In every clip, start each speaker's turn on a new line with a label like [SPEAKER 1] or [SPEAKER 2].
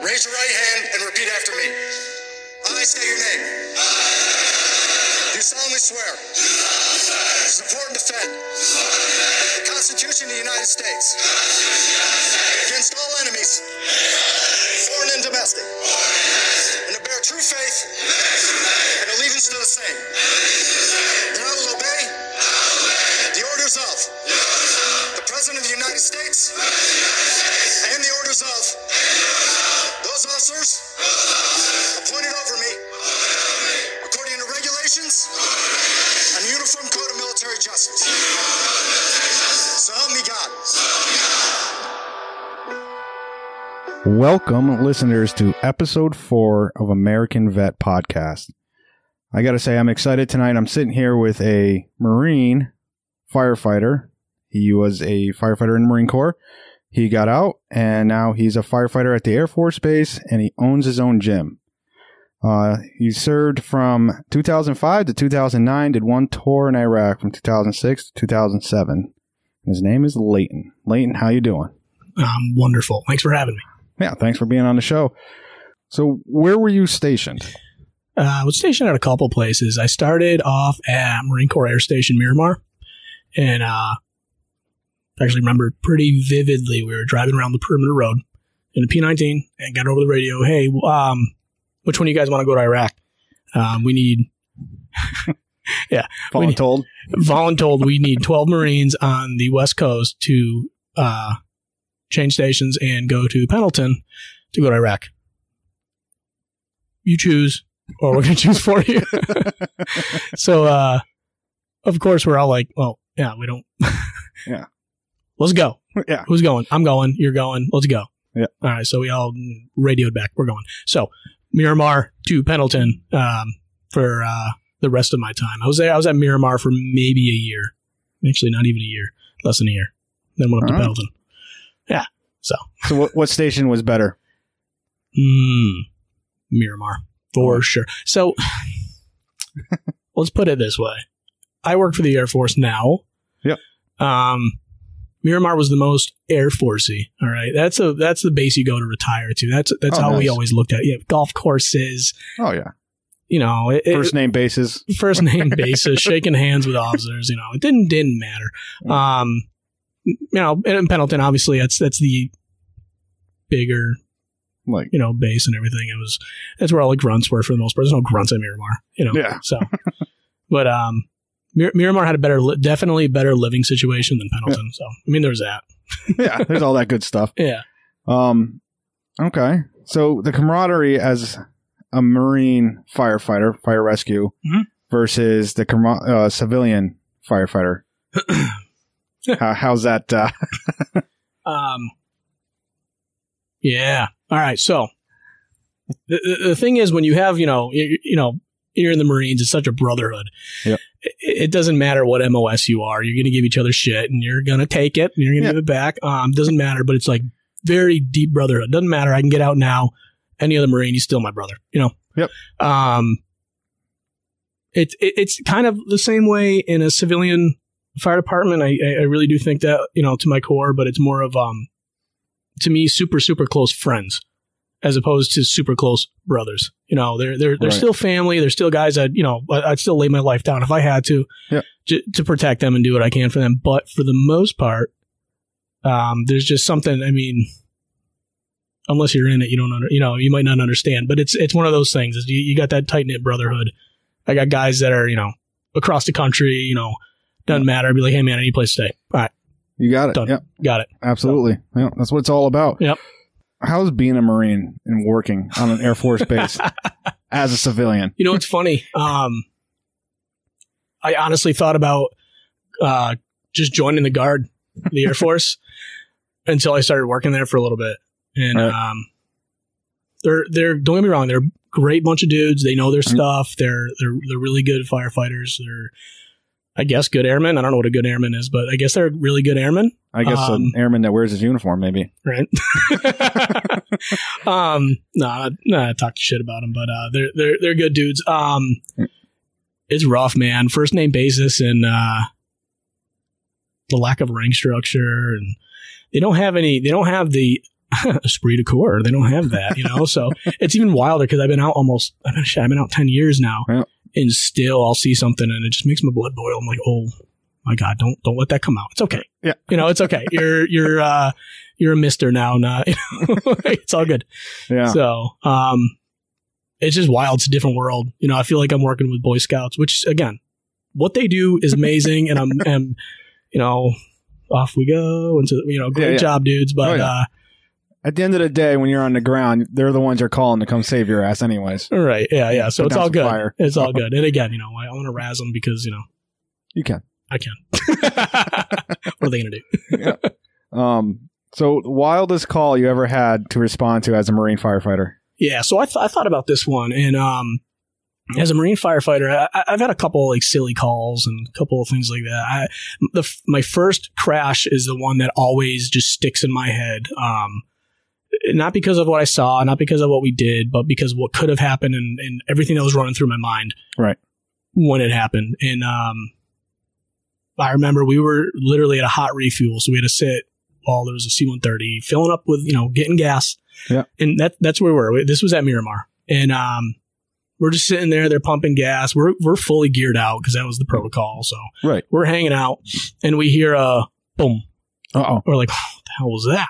[SPEAKER 1] Raise your right hand and repeat after me. I say your name. Do solemnly swear. To support and defend. The Constitution of the United States. Against all enemies, foreign and domestic. And to bear true faith and allegiance to the same. That I will obey the orders of the President of the United States and the orders of those officers appointed over me according to regulations and the Uniform Code of Military Justice. So help me God.
[SPEAKER 2] Welcome, listeners, to episode four of American Vet Podcast. I got to say, I'm excited tonight. I'm sitting here with a Marine firefighter. He was a firefighter in the Marine Corps. He got out, and now he's a firefighter at the Air Force Base, and he owns his own gym. Uh, he served from 2005 to 2009, did one tour in Iraq from 2006 to 2007. His name is Leighton. Leighton, how you doing?
[SPEAKER 3] Um, wonderful. Thanks for having me.
[SPEAKER 2] Yeah, thanks for being on the show. So, where were you stationed?
[SPEAKER 3] Uh, I was stationed at a couple places. I started off at Marine Corps Air Station Miramar, and uh, I actually remember pretty vividly we were driving around the perimeter road in a P19 and got over the radio. Hey, um, which one of you guys want to go to Iraq? Um, we need
[SPEAKER 2] Fallen told.
[SPEAKER 3] voluntold. We need 12 Marines on the West Coast to uh, change stations and go to Pendleton to go to Iraq. You choose, or we're going to choose for you. so, uh, of course, we're all like, well, yeah, we don't.
[SPEAKER 2] Yeah.
[SPEAKER 3] Let's go.
[SPEAKER 2] yeah.
[SPEAKER 3] Who's going? I'm going. You're going. Let's go.
[SPEAKER 2] Yeah.
[SPEAKER 3] All right. So we all radioed back. We're going. So Miramar to Pendleton um, for uh, the rest of my time. I was there. I was at Miramar for maybe a year. Actually, not even a year. Less than a year. Then went up
[SPEAKER 2] All
[SPEAKER 3] to
[SPEAKER 2] right.
[SPEAKER 3] Pendleton. Yeah. So
[SPEAKER 2] So, what, what station was better?
[SPEAKER 3] mm, Miramar for
[SPEAKER 2] Oh.
[SPEAKER 3] sure. So let's put it this way: I work for the Air Force now.
[SPEAKER 2] Yep.
[SPEAKER 3] Um, Miramar was the most Air Forcey. All right, that's a that's the base you go to retire to. That's that's
[SPEAKER 2] Oh,
[SPEAKER 3] how we
[SPEAKER 2] nice.
[SPEAKER 3] always looked at. it. Yeah, golf courses.
[SPEAKER 2] Oh, yeah.
[SPEAKER 3] You know, it, it-
[SPEAKER 2] First name basis.
[SPEAKER 3] first name basis, shaking hands with officers. You know, it didn't didn't matter. Um, you know, and in Pendleton, obviously, that's that's the bigger
[SPEAKER 2] Like,
[SPEAKER 3] you know, bass and everything. It was that's where all the grunts were for the most part. There's no grunts at Miramar, you know.
[SPEAKER 2] Yeah.
[SPEAKER 3] So, but um, Mir- Miramar had a better, li- definitely better living situation than Pendleton. So, I mean, there's that.
[SPEAKER 2] yeah, there's all that good stuff.
[SPEAKER 3] Yeah.
[SPEAKER 2] Um, okay. So, the camaraderie as a Marine firefighter, fire rescue,
[SPEAKER 3] Mhm.
[SPEAKER 2] versus the camar- uh, civilian firefighter. How, how's that? Uh,
[SPEAKER 3] Um. Yeah. All right. So, the, the, the thing is, when you have you know you, you know you're in the Marines, it's such a brotherhood.
[SPEAKER 2] Yep.
[SPEAKER 3] It, it doesn't matter what MOS you are. You're going to give each other shit, and you're going to take it, and you're going to
[SPEAKER 2] Yeah.
[SPEAKER 3] give it back. Um, doesn't matter. But it's like very deep brotherhood. Doesn't matter. I can get out now. Any other Marine, he's still my brother. You know.
[SPEAKER 2] Yep.
[SPEAKER 3] Um. It's it, it's kind of the same way in a civilian fire department. I, I I really do think that you know to my core, but it's more of um to me super super close friends as opposed to super close brothers. You know, they're they're they're
[SPEAKER 2] Right.
[SPEAKER 3] still family. They're still guys that you know I, I'd still lay my life down if I had to
[SPEAKER 2] Yeah.
[SPEAKER 3] j- to protect them and do what I can for them. But for the most part, um, there's just something. I mean. Unless you're in it, you don't under, you know you might not understand. But it's it's one of those things. Is you, you got that tight knit brotherhood. I got guys that are you know across the country. You know doesn't matter. I'd be like, hey man, I need a place to stay. All right,
[SPEAKER 2] you got it.
[SPEAKER 3] Done.
[SPEAKER 2] Yep.
[SPEAKER 3] got it.
[SPEAKER 2] Absolutely. Yeah, that's what it's all about.
[SPEAKER 3] Yep.
[SPEAKER 2] How's being a Marine and working on an Air Force base as a civilian?
[SPEAKER 3] You know, it's funny. Um, I honestly thought about uh, just joining the guard, the Air Force, until I started working there for a little bit. And
[SPEAKER 2] Right.
[SPEAKER 3] um, they're they're don't get me wrong, they're a great bunch of dudes. They know their stuff. They're they're they're really good firefighters. They're I guess good airmen. I don't know what a good airman is, but I guess they're really good airmen.
[SPEAKER 2] I guess an
[SPEAKER 3] Um,
[SPEAKER 2] airman that wears his uniform, maybe.
[SPEAKER 3] right? um, no, I- no, I talked shit about them, but uh, they're they're they're good dudes. Um, it's rough, man. First name basis and uh, the lack of rank structure, and they don't have any. They don't have the esprit de corps. They don't have that, you know. so it's even wilder because I've been out almost. I've been shit, I've been out ten years now,
[SPEAKER 2] Yeah.
[SPEAKER 3] and still I'll see something and it just makes my blood boil. I'm like, oh my god, don't don't let that come out. It's okay.
[SPEAKER 2] Yeah.
[SPEAKER 3] you know, it's okay. You're you're uh you're a mister now. Not you know, it's all good.
[SPEAKER 2] Yeah.
[SPEAKER 3] So um, it's just wild. It's a different world. You know, I feel like I'm working with Boy Scouts, which again, what they do is amazing, and I'm, am you know, off we go. And so you know, great
[SPEAKER 2] Yeah, yeah.
[SPEAKER 3] job, dudes. But
[SPEAKER 2] Oh, yeah.
[SPEAKER 3] uh,
[SPEAKER 2] At the end of the day, when you're on the ground, they're the ones you're calling to come save your ass, anyways.
[SPEAKER 3] Right. Yeah. Yeah. So
[SPEAKER 2] Put
[SPEAKER 3] it's
[SPEAKER 2] down
[SPEAKER 3] all
[SPEAKER 2] some
[SPEAKER 3] good.
[SPEAKER 2] fire.
[SPEAKER 3] It's all good. And again, you know, I want to razz them because you know
[SPEAKER 2] You can.
[SPEAKER 3] I can. what are they gonna do?
[SPEAKER 2] Um. So, wildest call you ever had to respond to as a Marine firefighter?
[SPEAKER 3] Yeah. So I, th- I thought about this one, and um, as a Marine firefighter, I- I- I've had a couple like silly calls and a couple of things like that. I, the f- my first crash is the one that always just sticks in my head. Um, not because of what I saw, not because of what we did, but because of what could have happened and, and everything that was running through my mind.
[SPEAKER 2] Right.
[SPEAKER 3] When it happened, and um, I remember we were literally at a hot refuel, so we had to sit while there was a C one thirty filling up with you know getting gas.
[SPEAKER 2] Yeah.
[SPEAKER 3] And that that's where we were. We- This was at Miramar, and um, we're just sitting there. They're pumping gas. We're we're fully geared out because that was the protocol. So
[SPEAKER 2] Right.
[SPEAKER 3] we're hanging out, and we hear a boom.
[SPEAKER 2] Uh oh.
[SPEAKER 3] We're like, what the hell was that?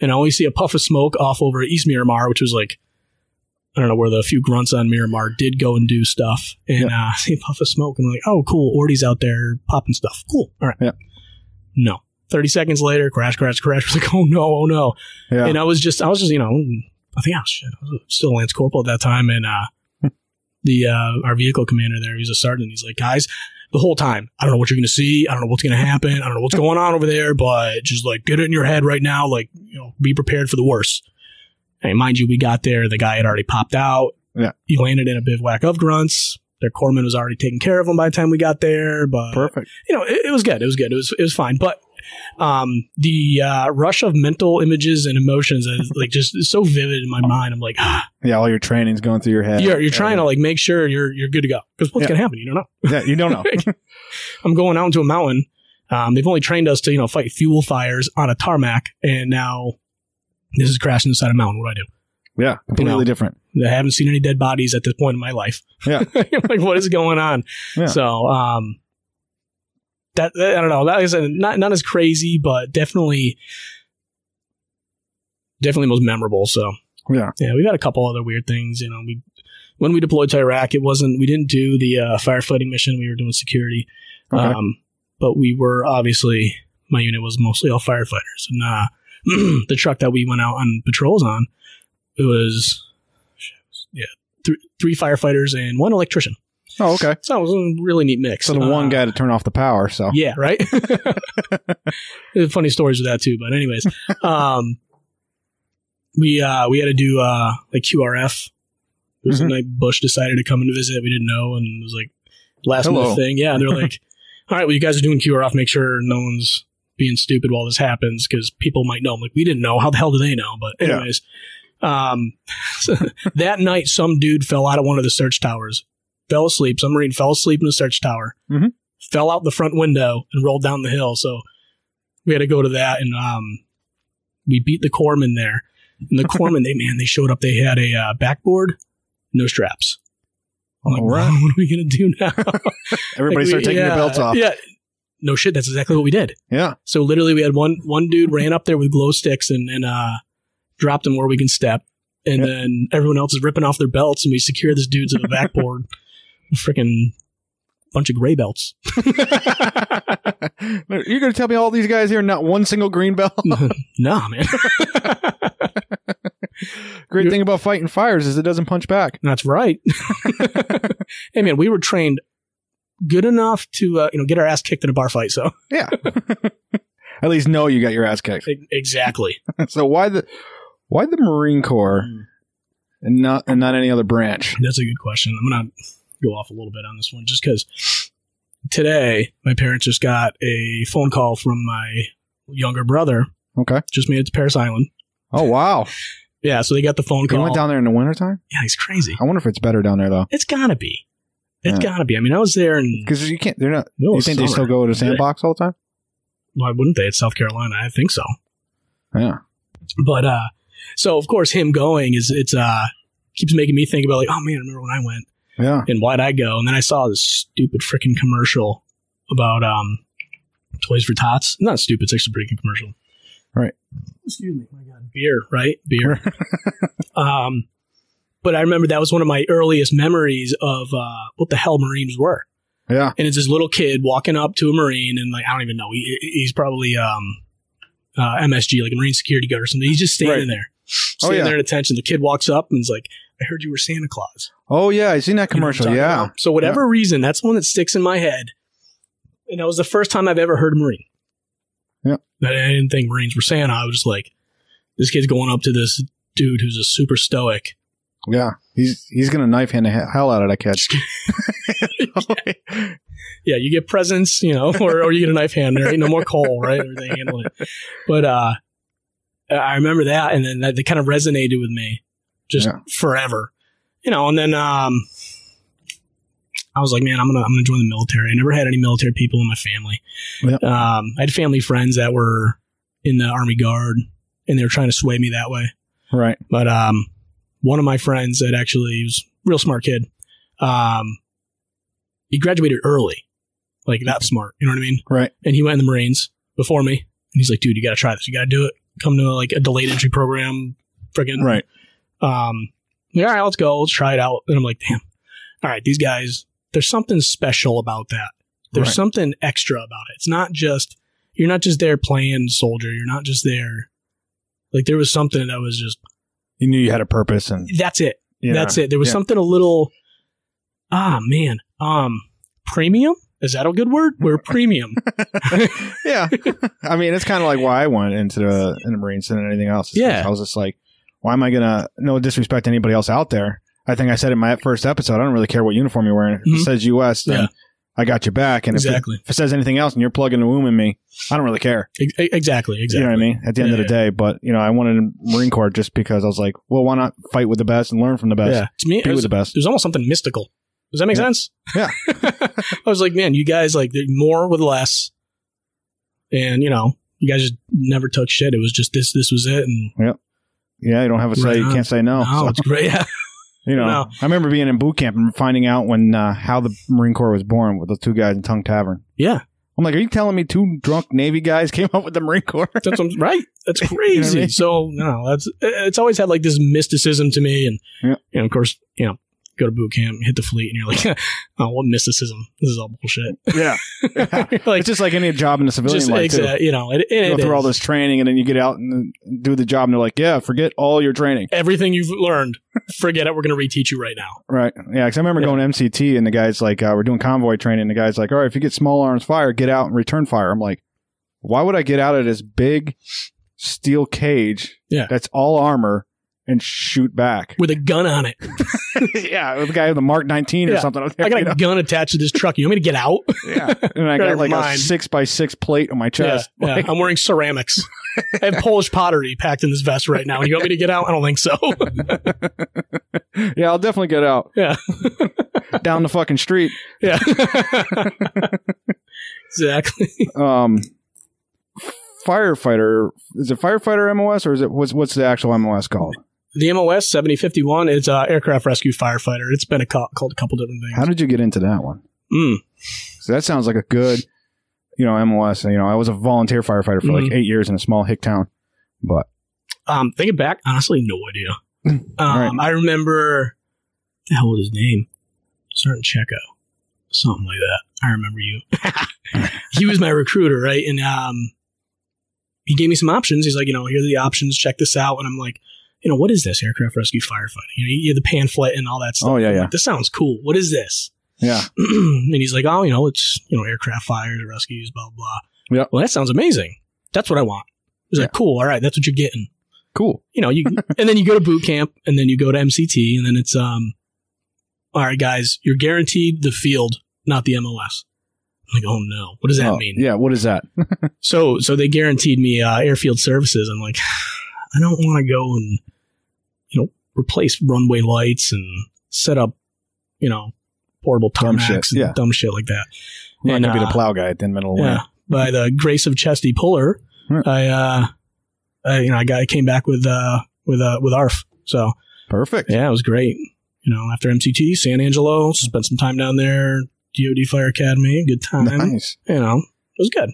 [SPEAKER 3] and I only see a puff of smoke off over East Miramar, which was like, I don't know where the few grunts on Miramar did go and do stuff. And uh, I see a puff of smoke, and I'm like, oh, cool. Orty's out there popping stuff. Cool. All right.
[SPEAKER 2] Yeah.
[SPEAKER 3] No. 30 seconds later, crash, crash, crash. We're like, oh no, oh no
[SPEAKER 2] Yeah.
[SPEAKER 3] and I was just I was just you know I think I was, shit, I was still Lance Corporal at that time, and uh, the uh, our vehicle commander there, he was a sergeant. He's like, guys, the whole time I don't know what you're gonna see, I don't know what's gonna happen, I don't know what's going on over there, but just like get it in your head right now, like you know, be prepared for the worst. And mind you, we got there, the guy had already popped out.
[SPEAKER 2] Yeah.
[SPEAKER 3] he landed in a bivouac of grunts. Their corpsman was already taking care of him by the time we got there, but
[SPEAKER 2] Perfect.
[SPEAKER 3] you know, it, it was good. It was good. It was it was fine. But um, the uh, rush of mental images and emotions is like just is so vivid in my mind. I'm like, ah,
[SPEAKER 2] Yeah. All your training's going through your head.
[SPEAKER 3] you're you're trying to like make sure you're you're good to go because what's
[SPEAKER 2] Yeah.
[SPEAKER 3] gonna happen? You don't know.
[SPEAKER 2] Yeah. You don't know.
[SPEAKER 3] I'm going out into a mountain. Um, they've only trained us to you know fight fuel fires on a tarmac, and now this is crashing inside a mountain. What do I do?
[SPEAKER 2] Yeah. Completely
[SPEAKER 3] You know.
[SPEAKER 2] different.
[SPEAKER 3] I haven't seen any dead bodies at this point in my life.
[SPEAKER 2] Yeah.
[SPEAKER 3] like what is going on?
[SPEAKER 2] Yeah.
[SPEAKER 3] So, um, that, that- I don't know. That is a, not not as crazy, but definitely, definitely most memorable. So,
[SPEAKER 2] Yeah.
[SPEAKER 3] yeah, we've had a couple other weird things. You know, we when we deployed to Iraq, it wasn't we didn't do the uh, firefighting mission. We were doing security,
[SPEAKER 2] Okay.
[SPEAKER 3] um, but we were obviously my unit was mostly all firefighters, and uh, the truck that we went out on patrols on it was yeah three, three firefighters and one electrician.
[SPEAKER 2] Oh, okay.
[SPEAKER 3] So it was a really neat mix.
[SPEAKER 2] So the
[SPEAKER 3] Uh,
[SPEAKER 2] one guy to turn off the power. So
[SPEAKER 3] yeah, right. There's funny stories with that too. But anyways, um, we uh, we had to do uh, like QRF. It was
[SPEAKER 2] Mhm.
[SPEAKER 3] the night Bush decided to come and visit. We didn't know, and it was like last
[SPEAKER 2] Hello.
[SPEAKER 3] minute thing. Yeah, they're like, all right, well, you guys are doing QRF. Make sure no one's being stupid while this happens because people might know. I'm like, we didn't know. How the hell do they know? But
[SPEAKER 2] Yeah.
[SPEAKER 3] anyways, um, so that night, some dude fell out of one of the search towers, fell asleep. Some Marine fell asleep in the search tower,
[SPEAKER 2] Mhm.
[SPEAKER 3] fell out the front window, and rolled down the hill. So we had to go to that, and um, we beat the corpsman there. And the corpsman, they man, they showed up. They had a uh, backboard, no straps. I'm like,
[SPEAKER 2] All right.
[SPEAKER 3] what are we gonna do now?
[SPEAKER 2] everybody
[SPEAKER 3] Like,
[SPEAKER 2] start
[SPEAKER 3] we-
[SPEAKER 2] taking
[SPEAKER 3] yeah,
[SPEAKER 2] their belts off. Yeah.
[SPEAKER 3] Yeah. No shit. That's exactly what we did. So literally, we had one one dude ran up there with glow sticks and and uh, dropped him where we can step, and
[SPEAKER 2] Yeah.
[SPEAKER 3] then everyone else is ripping off their belts, and we secure this dude to the backboard, freaking bunch of gray belts.
[SPEAKER 2] You're going to tell me all these guys here not one single green belt.
[SPEAKER 3] nah, man,
[SPEAKER 2] Great
[SPEAKER 3] You're-
[SPEAKER 2] thing about fighting fires is it doesn't punch back.
[SPEAKER 3] that's right. hey man, we were trained good enough to uh, you know get our ass kicked in a bar fight. So
[SPEAKER 2] Yeah. At least know you got your ass kicked.
[SPEAKER 3] E- exactly.
[SPEAKER 2] So why the why the Marine Corps and not and not any other branch?
[SPEAKER 3] That's a good question. I'm gonna go off a little bit on this one just because today my parents just got a phone call from my younger brother.
[SPEAKER 2] Okay.
[SPEAKER 3] Just made it to Paris Island.
[SPEAKER 2] Oh wow.
[SPEAKER 3] Yeah, so they got the phone
[SPEAKER 2] You
[SPEAKER 3] call.
[SPEAKER 2] went down there in the wintertime?
[SPEAKER 3] yeah, he's crazy.
[SPEAKER 2] I wonder if it's better down there though.
[SPEAKER 3] It's gotta be. It's
[SPEAKER 2] Yeah.
[SPEAKER 3] gotta be. I mean, I was there and
[SPEAKER 2] Because you can't they're not
[SPEAKER 3] middle
[SPEAKER 2] you
[SPEAKER 3] of
[SPEAKER 2] think they
[SPEAKER 3] Oh,
[SPEAKER 2] still
[SPEAKER 3] summer.
[SPEAKER 2] go to sandbox all the time?
[SPEAKER 3] Why wouldn't they? It's South Carolina. I think so.
[SPEAKER 2] Yeah.
[SPEAKER 3] But uh, so of course him going is it's uh keeps making me think about like oh man, I remember when I went
[SPEAKER 2] Yeah.
[SPEAKER 3] and why'd I go? And then I saw this stupid freaking commercial about um Toys for Tots. Not stupid, it's actually a pretty good commercial.
[SPEAKER 2] Right.
[SPEAKER 3] Excuse me. My God. Beer, right? Beer. um but I remember that was one of my earliest memories of uh, what the hell Marines were.
[SPEAKER 2] Yeah.
[SPEAKER 3] And it's this little kid walking up to a Marine and like I don't even know. He, he's probably um uh, MSG, like a Marine security guard or something. He's just
[SPEAKER 2] Right.
[SPEAKER 3] standing there.
[SPEAKER 2] Oh,
[SPEAKER 3] Standing
[SPEAKER 2] yeah.
[SPEAKER 3] there at attention. The kid walks up and is like, I heard you were Santa Claus.
[SPEAKER 2] Oh yeah, I seen that
[SPEAKER 3] You know what I'm
[SPEAKER 2] commercial.
[SPEAKER 3] talking
[SPEAKER 2] yeah.
[SPEAKER 3] about? So whatever reason, that's the one that sticks in my head. And that was the first time I've ever heard a Marine.
[SPEAKER 2] Yeah.
[SPEAKER 3] I didn't think Marines were Santa. I was just like, this kid's going up to this dude who's a super stoic.
[SPEAKER 2] Yeah. He's he's gonna knife hand the he- hell out of that kid.
[SPEAKER 3] yeah, you get presents, you know, or, or you get a knife hand. There ain't no more coal, right? Everything handled it. But uh, I remember that, and then that, that kind of resonated with me just
[SPEAKER 2] Yeah.
[SPEAKER 3] forever, you know. And then um, I was like, man, I'm gonna I'm gonna join the military. I never had any military people in my family.
[SPEAKER 2] Yeah.
[SPEAKER 3] Um, I had family friends that were in the Army Guard, and they were trying to sway me that way.
[SPEAKER 2] right.
[SPEAKER 3] But um, one of my friends that actually he was a real smart kid. Um, he graduated early, like that smart. You know what I mean?
[SPEAKER 2] Right.
[SPEAKER 3] And he went in the Marines before me. And he's like, dude, you got to try this. You got to do it. Come to like a delayed entry program. Friggin'
[SPEAKER 2] Right.
[SPEAKER 3] um, I'm like, all right, let's go, let's try it out. And I'm like, damn, all right, these guys, there's something special about that. There's
[SPEAKER 2] Right.
[SPEAKER 3] something extra about it. It's not just you're not just there playing soldier. You're not just there. Like there was something that was just
[SPEAKER 2] You knew you had a purpose and
[SPEAKER 3] that's it.
[SPEAKER 2] yeah.
[SPEAKER 3] That's it. There was
[SPEAKER 2] Yeah.
[SPEAKER 3] something a little ah man um premium. Is that a good word? We're premium.
[SPEAKER 2] yeah. I mean, it's kind of like why I went into the, in the Marines than anything else. It's 'cause
[SPEAKER 3] Yeah.
[SPEAKER 2] I was just like, why am I going to, no disrespect to anybody else out there. I think I said in my first episode, I don't really care what uniform you're wearing. If
[SPEAKER 3] Mhm.
[SPEAKER 2] it says US, then
[SPEAKER 3] Yeah.
[SPEAKER 2] I got your back. And if it-
[SPEAKER 3] Exactly.
[SPEAKER 2] if, it, says anything else and you're plugging a womb in me, I don't really care.
[SPEAKER 3] Ex- e, exactly. Exactly.
[SPEAKER 2] You know what I mean? At the end
[SPEAKER 3] Yeah,
[SPEAKER 2] of the day. But, you know, I wanted a Marine Corps just because I was like, well, why not fight with the best and learn from the best?
[SPEAKER 3] Yeah. To me, it
[SPEAKER 2] Be with
[SPEAKER 3] was,
[SPEAKER 2] the best.
[SPEAKER 3] there's almost something mystical. Does that make
[SPEAKER 2] Yeah.
[SPEAKER 3] sense?
[SPEAKER 2] Yeah.
[SPEAKER 3] I was like, man, you guys like did more with less, and you know, you guys just never took shit. It was just this, this was it, and
[SPEAKER 2] Yeah. You don't have a say.
[SPEAKER 3] Right
[SPEAKER 2] You
[SPEAKER 3] on.
[SPEAKER 2] can't say no.
[SPEAKER 3] oh,
[SPEAKER 2] So-
[SPEAKER 3] it's great. Yeah.
[SPEAKER 2] You know,
[SPEAKER 3] No.
[SPEAKER 2] I remember being in boot camp and finding out when uh, how the Marine Corps was born with those two guys in Tongue Tavern.
[SPEAKER 3] Yeah.
[SPEAKER 2] I'm like, are you telling me two drunk Navy guys came up with the Marine Corps?
[SPEAKER 3] That's what I'm- right. That's
[SPEAKER 2] know what I
[SPEAKER 3] crazy.
[SPEAKER 2] mean?
[SPEAKER 3] So no, that's it's always had like this mysticism to me, and
[SPEAKER 2] Yeah.
[SPEAKER 3] you know, of course, you know, go to boot camp, hit the fleet, and you're like, oh, what mysticism? This is all bullshit.
[SPEAKER 2] yeah.
[SPEAKER 3] You're like
[SPEAKER 2] it's just like any job in the civilian
[SPEAKER 3] just
[SPEAKER 2] life too.
[SPEAKER 3] exa- you know, it, it,
[SPEAKER 2] You go
[SPEAKER 3] it
[SPEAKER 2] through all
[SPEAKER 3] is.
[SPEAKER 2] this training and then you get out and do the job and they're like, yeah, forget all your training.
[SPEAKER 3] everything you've learned. Forget it. We're going to reteach you right now.
[SPEAKER 2] Right. Yeah. Because I remember
[SPEAKER 3] Yeah.
[SPEAKER 2] going to MCT and the guy's like, uh, we're doing convoy training. And the guy's like, all right, if you get small arms fire, get out and return fire. I'm like, why would I get out of this big steel cage
[SPEAKER 3] Yeah.
[SPEAKER 2] that's all armor and shoot back?
[SPEAKER 3] with a gun on it.
[SPEAKER 2] yeah, the guy with the Mark 19
[SPEAKER 3] Yeah.
[SPEAKER 2] or something.
[SPEAKER 3] I
[SPEAKER 2] you
[SPEAKER 3] got
[SPEAKER 2] know?
[SPEAKER 3] a gun attached to this truck. You want me to get out?
[SPEAKER 2] yeah. And I got like
[SPEAKER 3] Mine.
[SPEAKER 2] a six by six plate on my chest.
[SPEAKER 3] Yeah, yeah.
[SPEAKER 2] Like,
[SPEAKER 3] I'm wearing ceramics. I have Polish pottery packed in this vest right now. You want me to get out? I don't think so.
[SPEAKER 2] yeah. I'll definitely get out.
[SPEAKER 3] Yeah.
[SPEAKER 2] Down the fucking street.
[SPEAKER 3] yeah. exactly.
[SPEAKER 2] Um, firefighter. Is it firefighter MOS or is it what's what's the actual MOS called?
[SPEAKER 3] The MOS 7051 is uh, aircraft rescue firefighter. It's been a co- called a couple different things.
[SPEAKER 2] How did you get into that one?
[SPEAKER 3] Mm.
[SPEAKER 2] So that sounds like a good, you know, MOS. You know, I was a volunteer firefighter for
[SPEAKER 3] Mm-hmm.
[SPEAKER 2] like eight years in a small hick town, but
[SPEAKER 3] Um, thinking back, honestly, no idea.
[SPEAKER 2] Right.
[SPEAKER 3] Um, I remember the hell was his name? Certain Checo, something like that. I remember you. he was my recruiter, right? And um, he gave me some options. He's like, you know, here are the options. Check this out. And I'm like, you know, what is this aircraft rescue firefighting? You know, you have the pamphlet and all that stuff.
[SPEAKER 2] oh yeah, yeah,
[SPEAKER 3] Like, this sounds cool. What is this?
[SPEAKER 2] yeah,
[SPEAKER 3] and he's like, oh, you know, it's you know aircraft fires, rescues, blah blah.
[SPEAKER 2] Yeah.
[SPEAKER 3] Well, that sounds amazing. That's what I want. He's like, cool. All right, that's what you're getting
[SPEAKER 2] cool.
[SPEAKER 3] you know, you and then you go to boot camp and then you go to MCT and then it's um all right guys, you're guaranteed the field, not the MOS. I'm like, oh no, what does that
[SPEAKER 2] Oh,
[SPEAKER 3] mean?
[SPEAKER 2] Yeah, what is that?
[SPEAKER 3] So so they guaranteed me uh, airfield services. I'm like, I don't want to go and you know, replace runway lights and set up, you know, portable
[SPEAKER 2] Dumb
[SPEAKER 3] tarmacs
[SPEAKER 2] shit,
[SPEAKER 3] and
[SPEAKER 2] yeah.
[SPEAKER 3] dumb shit like that.
[SPEAKER 2] I'm
[SPEAKER 3] And,
[SPEAKER 2] not gonna be
[SPEAKER 3] uh,
[SPEAKER 2] the plow guy at the middle of the
[SPEAKER 3] Yeah.
[SPEAKER 2] winter.
[SPEAKER 3] By the grace of Chesty Puller,
[SPEAKER 2] Right.
[SPEAKER 3] I uh uh, you know, I got I came back with uh with uh with ARF. So
[SPEAKER 2] Perfect.
[SPEAKER 3] yeah, it was great. You know, after MCT, San Angelo, spent some time down there. DoD Fire Academy, good time.
[SPEAKER 2] Nice.
[SPEAKER 3] You know, it was good.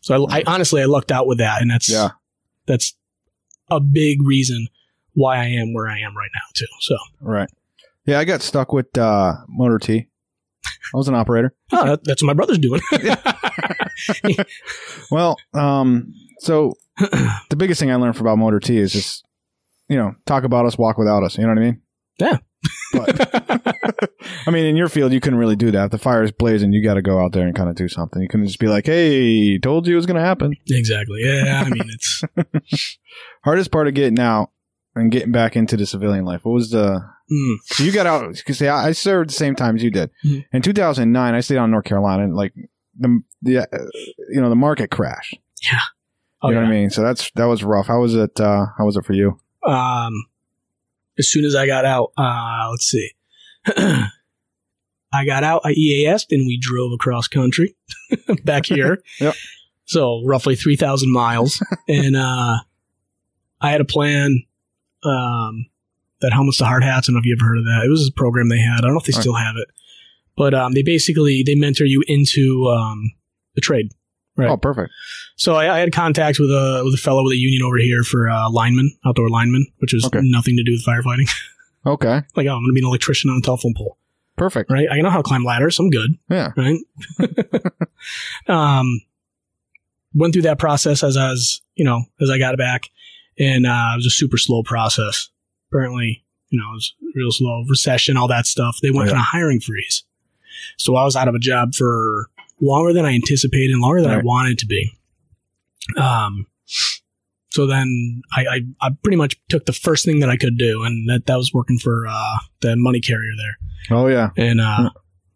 [SPEAKER 3] So I, I honestly I lucked out with that, and that's
[SPEAKER 2] Yeah.
[SPEAKER 3] that's a big reason why I am where I am right now too. So
[SPEAKER 2] Right. Yeah, I got stuck with uh, Motor T. I was an operator.
[SPEAKER 3] oh, that, that's what my brother's doing.
[SPEAKER 2] Well, um, so the biggest thing I learned from about Motor T is just, you know, talk about us, walk without us. You know what I mean?
[SPEAKER 3] Yeah.
[SPEAKER 2] But- I mean, in your field, you couldn't really do that. If the fire is blazing, you got to go out there and kind of do something. You couldn't just be like, "Hey, told you it was going to happen."
[SPEAKER 3] exactly. Yeah. I mean, it's hmm.
[SPEAKER 2] Hardest part of getting out and getting back into the civilian life. What was the?
[SPEAKER 3] mm,
[SPEAKER 2] So you got out because I I served the same time as you did.
[SPEAKER 3] Mhm.
[SPEAKER 2] In 2009, I stayed out in North Carolina, and like the the uh, you know the market crashed.
[SPEAKER 3] oh,
[SPEAKER 2] you know
[SPEAKER 3] yeah.
[SPEAKER 2] what I mean? So that's that was rough. How was it? Uh, how was it for you?
[SPEAKER 3] um, as soon as I got out, uh, let's see. I got out, I EAS'd, and we drove across country back here.
[SPEAKER 2] Yep.
[SPEAKER 3] So roughly 3,000 miles. and uh, I had a plan um, that helmets to hard hats. I don't know if you ever heard of that. It was a program they had. I don't know if they
[SPEAKER 2] Right.
[SPEAKER 3] still have it. But um, they basically, they mentor you into um, the trade. Right.
[SPEAKER 2] Oh, perfect.
[SPEAKER 3] So I, I had contact with a with a fellow with a union over here for uh, linemen, outdoor linemen, which was
[SPEAKER 2] Okay.
[SPEAKER 3] nothing to do with firefighting.
[SPEAKER 2] Okay,
[SPEAKER 3] like, oh, I'm going to be an electrician on a telephone pole,
[SPEAKER 2] perfect.
[SPEAKER 3] right? I know how to climb ladders. I'm good,
[SPEAKER 2] Yeah,
[SPEAKER 3] right? um, went through that process as I was, you know, as I got back, and uh, it was a super slow process. Apparently, you know, it was real slow, recession, all that stuff. They went
[SPEAKER 2] Yeah.
[SPEAKER 3] on a hiring freeze, so I was out of a job for longer than I anticipated, and longer than I
[SPEAKER 2] Right.
[SPEAKER 3] wanted to be. Um, so then I, I, I pretty much took the first thing that I could do, and that, that was working for uh, the money carrier there.
[SPEAKER 2] Oh yeah.
[SPEAKER 3] And uh, I don't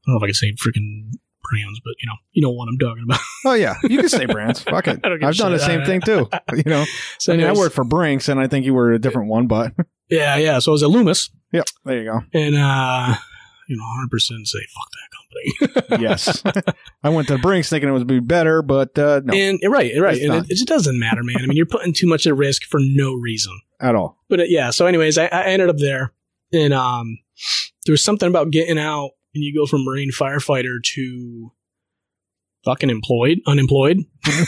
[SPEAKER 3] know if I can say freaking pronouns, but you know, you know what I'm talking about.
[SPEAKER 2] Oh yeah. You can say brands. Fuck it.
[SPEAKER 3] I don't give a
[SPEAKER 2] I've done the
[SPEAKER 3] shit.
[SPEAKER 2] same thing too. You know.
[SPEAKER 3] So
[SPEAKER 2] I mean, I
[SPEAKER 3] anyways,
[SPEAKER 2] worked for Brinks, and I think you were a different one, but
[SPEAKER 3] Yeah, yeah. So I was at Loomis,
[SPEAKER 2] yeah, there you
[SPEAKER 3] and uh, you know, 100 percent say fuck that company.
[SPEAKER 2] go. Yes, I went to Brinks thinking it would be better, but uh, no,
[SPEAKER 3] And right, right.
[SPEAKER 2] It's
[SPEAKER 3] and
[SPEAKER 2] not.
[SPEAKER 3] it, it just doesn't matter, man. I mean, you're putting too much at risk for no reason.
[SPEAKER 2] at all.
[SPEAKER 3] But uh, yeah. So anyways, I, I ended up there, and um, there was something about getting out, and you go from marine firefighter to fucking employed, unemployed.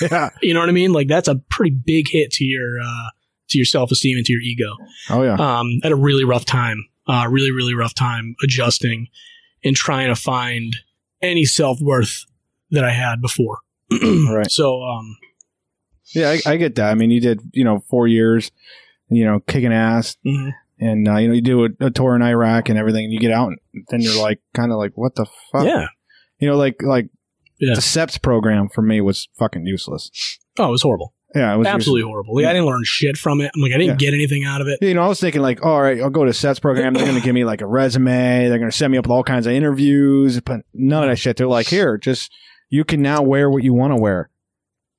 [SPEAKER 2] yeah.
[SPEAKER 3] You know what I mean? Like that's a pretty big hit to your uh, to your self esteem and to your ego.
[SPEAKER 2] Oh yeah.
[SPEAKER 3] um, at a really rough time, uh, really, really rough time adjusting and trying to find any self worth that I had before.
[SPEAKER 2] Right.
[SPEAKER 3] So, um,
[SPEAKER 2] Yeah, I, I get that. I mean, you did you know four years, you know, kicking ass,
[SPEAKER 3] Mhm.
[SPEAKER 2] and uh, you know you do a, a tour in Iraq and everything, and you get out, and then you're like, kind of like, what the fuck?
[SPEAKER 3] yeah.
[SPEAKER 2] You know, like like
[SPEAKER 3] Yeah.
[SPEAKER 2] the SEPS program for me was fucking useless.
[SPEAKER 3] Oh, it was horrible.
[SPEAKER 2] Yeah, it was
[SPEAKER 3] Absolutely horrible. Like, I didn't learn shit from it. I'm like, I didn't get anything out of it.
[SPEAKER 2] useless. You know, I was thinking like, all right, I'll go to SEPS program. They're going to give me like a resume. They're going to set me up with all kinds of interviews, but none of that shit. They're like, here, just you can now wear what you want to wear,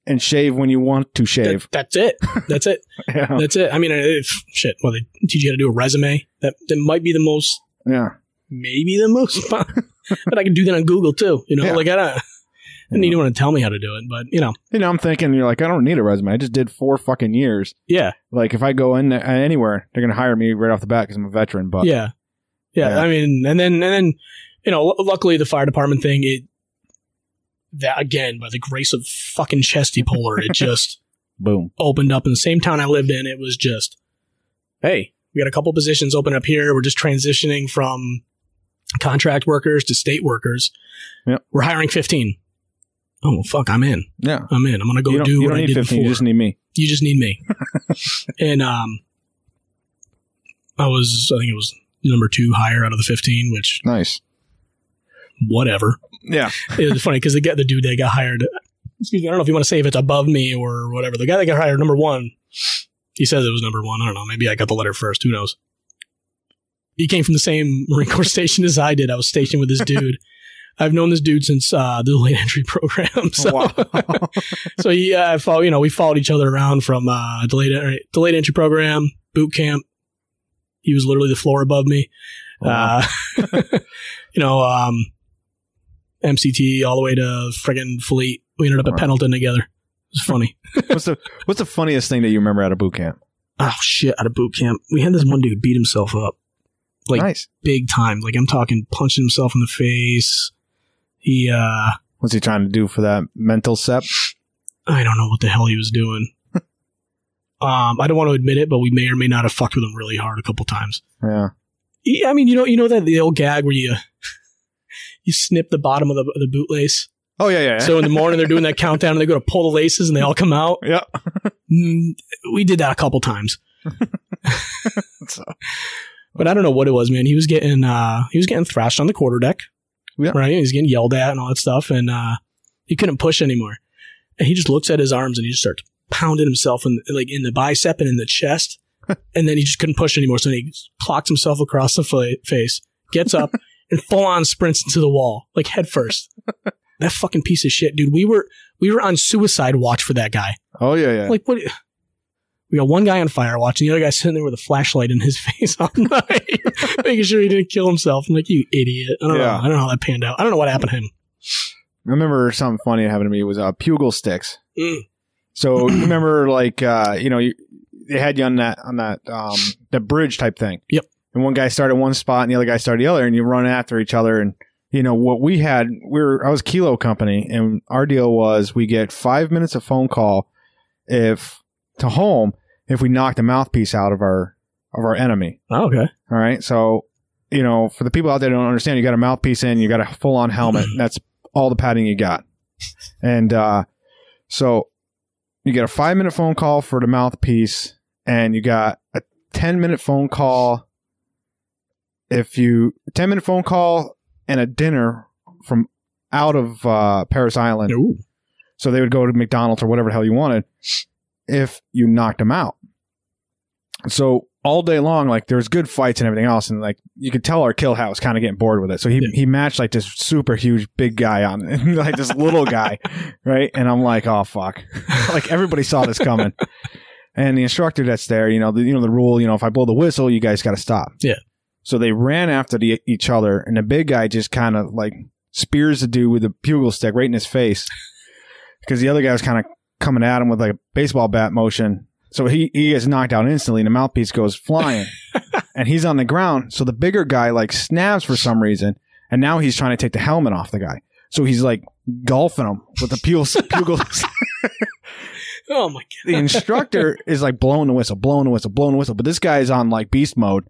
[SPEAKER 2] and shave when you want to
[SPEAKER 3] That-
[SPEAKER 2] shave.
[SPEAKER 3] that's it. That's it.
[SPEAKER 2] yeah,
[SPEAKER 3] That's it. I mean, if, shit. Well, they teach you how to do a resume. That that might be the most,
[SPEAKER 2] yeah.
[SPEAKER 3] maybe the most, fun. but I can do that on Google too. You know,
[SPEAKER 2] Yeah.
[SPEAKER 3] like I don't, I didn't even want to tell me how to do it, but you know,
[SPEAKER 2] You know, I'm thinking you're like, I don't need a resume. I just did four fucking years.
[SPEAKER 3] yeah.
[SPEAKER 2] Like if I go in there- uh, anywhere, they're gonna hire me right off the bat because I'm a veteran. But
[SPEAKER 3] yeah. yeah,
[SPEAKER 2] Yeah.
[SPEAKER 3] I mean, and then and then you know, lu- luckily the fire department thing it that again by the grace of fucking Chesty Polar, it just
[SPEAKER 2] boom,
[SPEAKER 3] opened up in the same town I lived in. It was just, hey, we got a couple positions open up here. We're just transitioning from contract workers to state workers.
[SPEAKER 2] Yep.
[SPEAKER 3] We're hiring fifteen. Oh well, fuck! I'm in.
[SPEAKER 2] yeah.
[SPEAKER 3] I'm in. I'm gonna go
[SPEAKER 2] you don't,
[SPEAKER 3] do
[SPEAKER 2] you
[SPEAKER 3] what
[SPEAKER 2] don't
[SPEAKER 3] I
[SPEAKER 2] need
[SPEAKER 3] did
[SPEAKER 2] 15.
[SPEAKER 3] before
[SPEAKER 2] You just need me.
[SPEAKER 3] you just need me. and um, I was, I think it was number two higher out of the 15, which
[SPEAKER 2] Nice.
[SPEAKER 3] whatever.
[SPEAKER 2] Yeah.
[SPEAKER 3] It was funny because the, guy- the dude that got hired, excuse me, I don't know if you want to say if it's above me or whatever. The guy that got hired, number one, he says it was number one. I don't know. Maybe I got the letter first. Who knows? He came from the same Marine Corps station as I did. I was stationed with this dude. I've known this dude since uh, the late entry program. So
[SPEAKER 2] Wow.
[SPEAKER 3] so yeah, I follow, you know, we followed each other around from uh, delayed or delayed entry program, boot camp. He was literally the floor above me.
[SPEAKER 2] Wow.
[SPEAKER 3] Uh, you know, um, MCT all the way to friggin' Fleet. We ended up at
[SPEAKER 2] Wow.
[SPEAKER 3] Pendleton together. It's funny.
[SPEAKER 2] What's the What's the funniest thing that you remember out of boot camp?
[SPEAKER 3] Oh shit! Out of boot camp, we had this one dude beat himself up Like-
[SPEAKER 2] nice.
[SPEAKER 3] big time. Like I'm talking punching himself in the face. He, uh,
[SPEAKER 2] What's he trying to do for that mental sep?
[SPEAKER 3] I don't know what the hell he was doing. um, I don't want to admit it, but we may or may not have fucked with him really hard a couple times.
[SPEAKER 2] Yeah.
[SPEAKER 3] Yeah, I mean, you know, you know that the old gag where you you snip the bottom of the, of the boot lace.
[SPEAKER 2] Oh yeah, yeah.
[SPEAKER 3] So in the morning they're doing that countdown and they go to pull the laces and they all come out.
[SPEAKER 2] yeah.
[SPEAKER 3] Mm, we did that a couple times.
[SPEAKER 2] So-
[SPEAKER 3] But I don't know what it was, man. He was getting uh he was getting thrashed on the quarterdeck.
[SPEAKER 2] Yeah.
[SPEAKER 3] Right? He was getting yelled at and all that stuff and uh he couldn't push anymore. And he just looks at his arms and he just starts pounding himself in like in the bicep and in the chest. and then he just couldn't push anymore. So he clocked himself across the fa- face, gets up and full on sprints into the wall, like head first. that fucking piece of shit, dude. We were we were on suicide watch for that guy.
[SPEAKER 2] Oh yeah, yeah.
[SPEAKER 3] Like what? We got one guy on fire watch, and the other guy sitting there with a flashlight in his face all night, making sure he didn't kill himself. I'm like, you idiot! I don't
[SPEAKER 2] Yeah.
[SPEAKER 3] know. I don't know how that panned out. I don't know what happened to him.
[SPEAKER 2] I remember something funny that happened to me. It was uh, pugil sticks.
[SPEAKER 3] Mm.
[SPEAKER 2] So you remember, like, uh, you know, you, they had you on that on that um, the bridge type thing.
[SPEAKER 3] Yep.
[SPEAKER 2] And one guy started one spot, and the other guy started the other, and you run after each other. And you know what we had? We were I was Kilo Company, and our deal was we get five minutes of phone call if to home if we knock the mouthpiece out of our of our enemy.
[SPEAKER 3] Oh, okay.
[SPEAKER 2] All right. So, you know, for the people out there who don't understand, you got a mouthpiece in, you got a full on helmet. and that's all the padding you got. And uh, so you get a five minute phone call for the mouthpiece, and you got a 10 minute phone call. If you, 10 minute phone call and a dinner from out of uh, Paris Island.
[SPEAKER 3] Ooh.
[SPEAKER 2] So they would go to McDonald's or whatever the hell you wanted if you knocked them out. So all day long, like there's good fights and everything else, and like you could tell our kill house kind of getting bored with it. So he
[SPEAKER 3] Yeah.
[SPEAKER 2] he matched like this super huge big guy on like this little guy, right? And I'm like, oh fuck, like everybody saw this coming. And the instructor that's there, you know, the, you know the rule, you know, if I blow the whistle, you guys got to stop.
[SPEAKER 3] Yeah.
[SPEAKER 2] So they ran after the, each other, and the big guy just kind of like spears the dude with a bugle stick right in his face because the other guy was kind of coming at him with like a baseball bat motion. So he, he gets knocked out instantly and the mouthpiece goes flying and he's on the ground. So the bigger guy like snaps for some reason and now he's trying to take the helmet off the guy. So he's like golfing him with the pugil. pugil
[SPEAKER 3] Oh my
[SPEAKER 2] the instructor is like blowing the whistle, blowing the whistle, blowing the whistle. But this guy is on like beast mode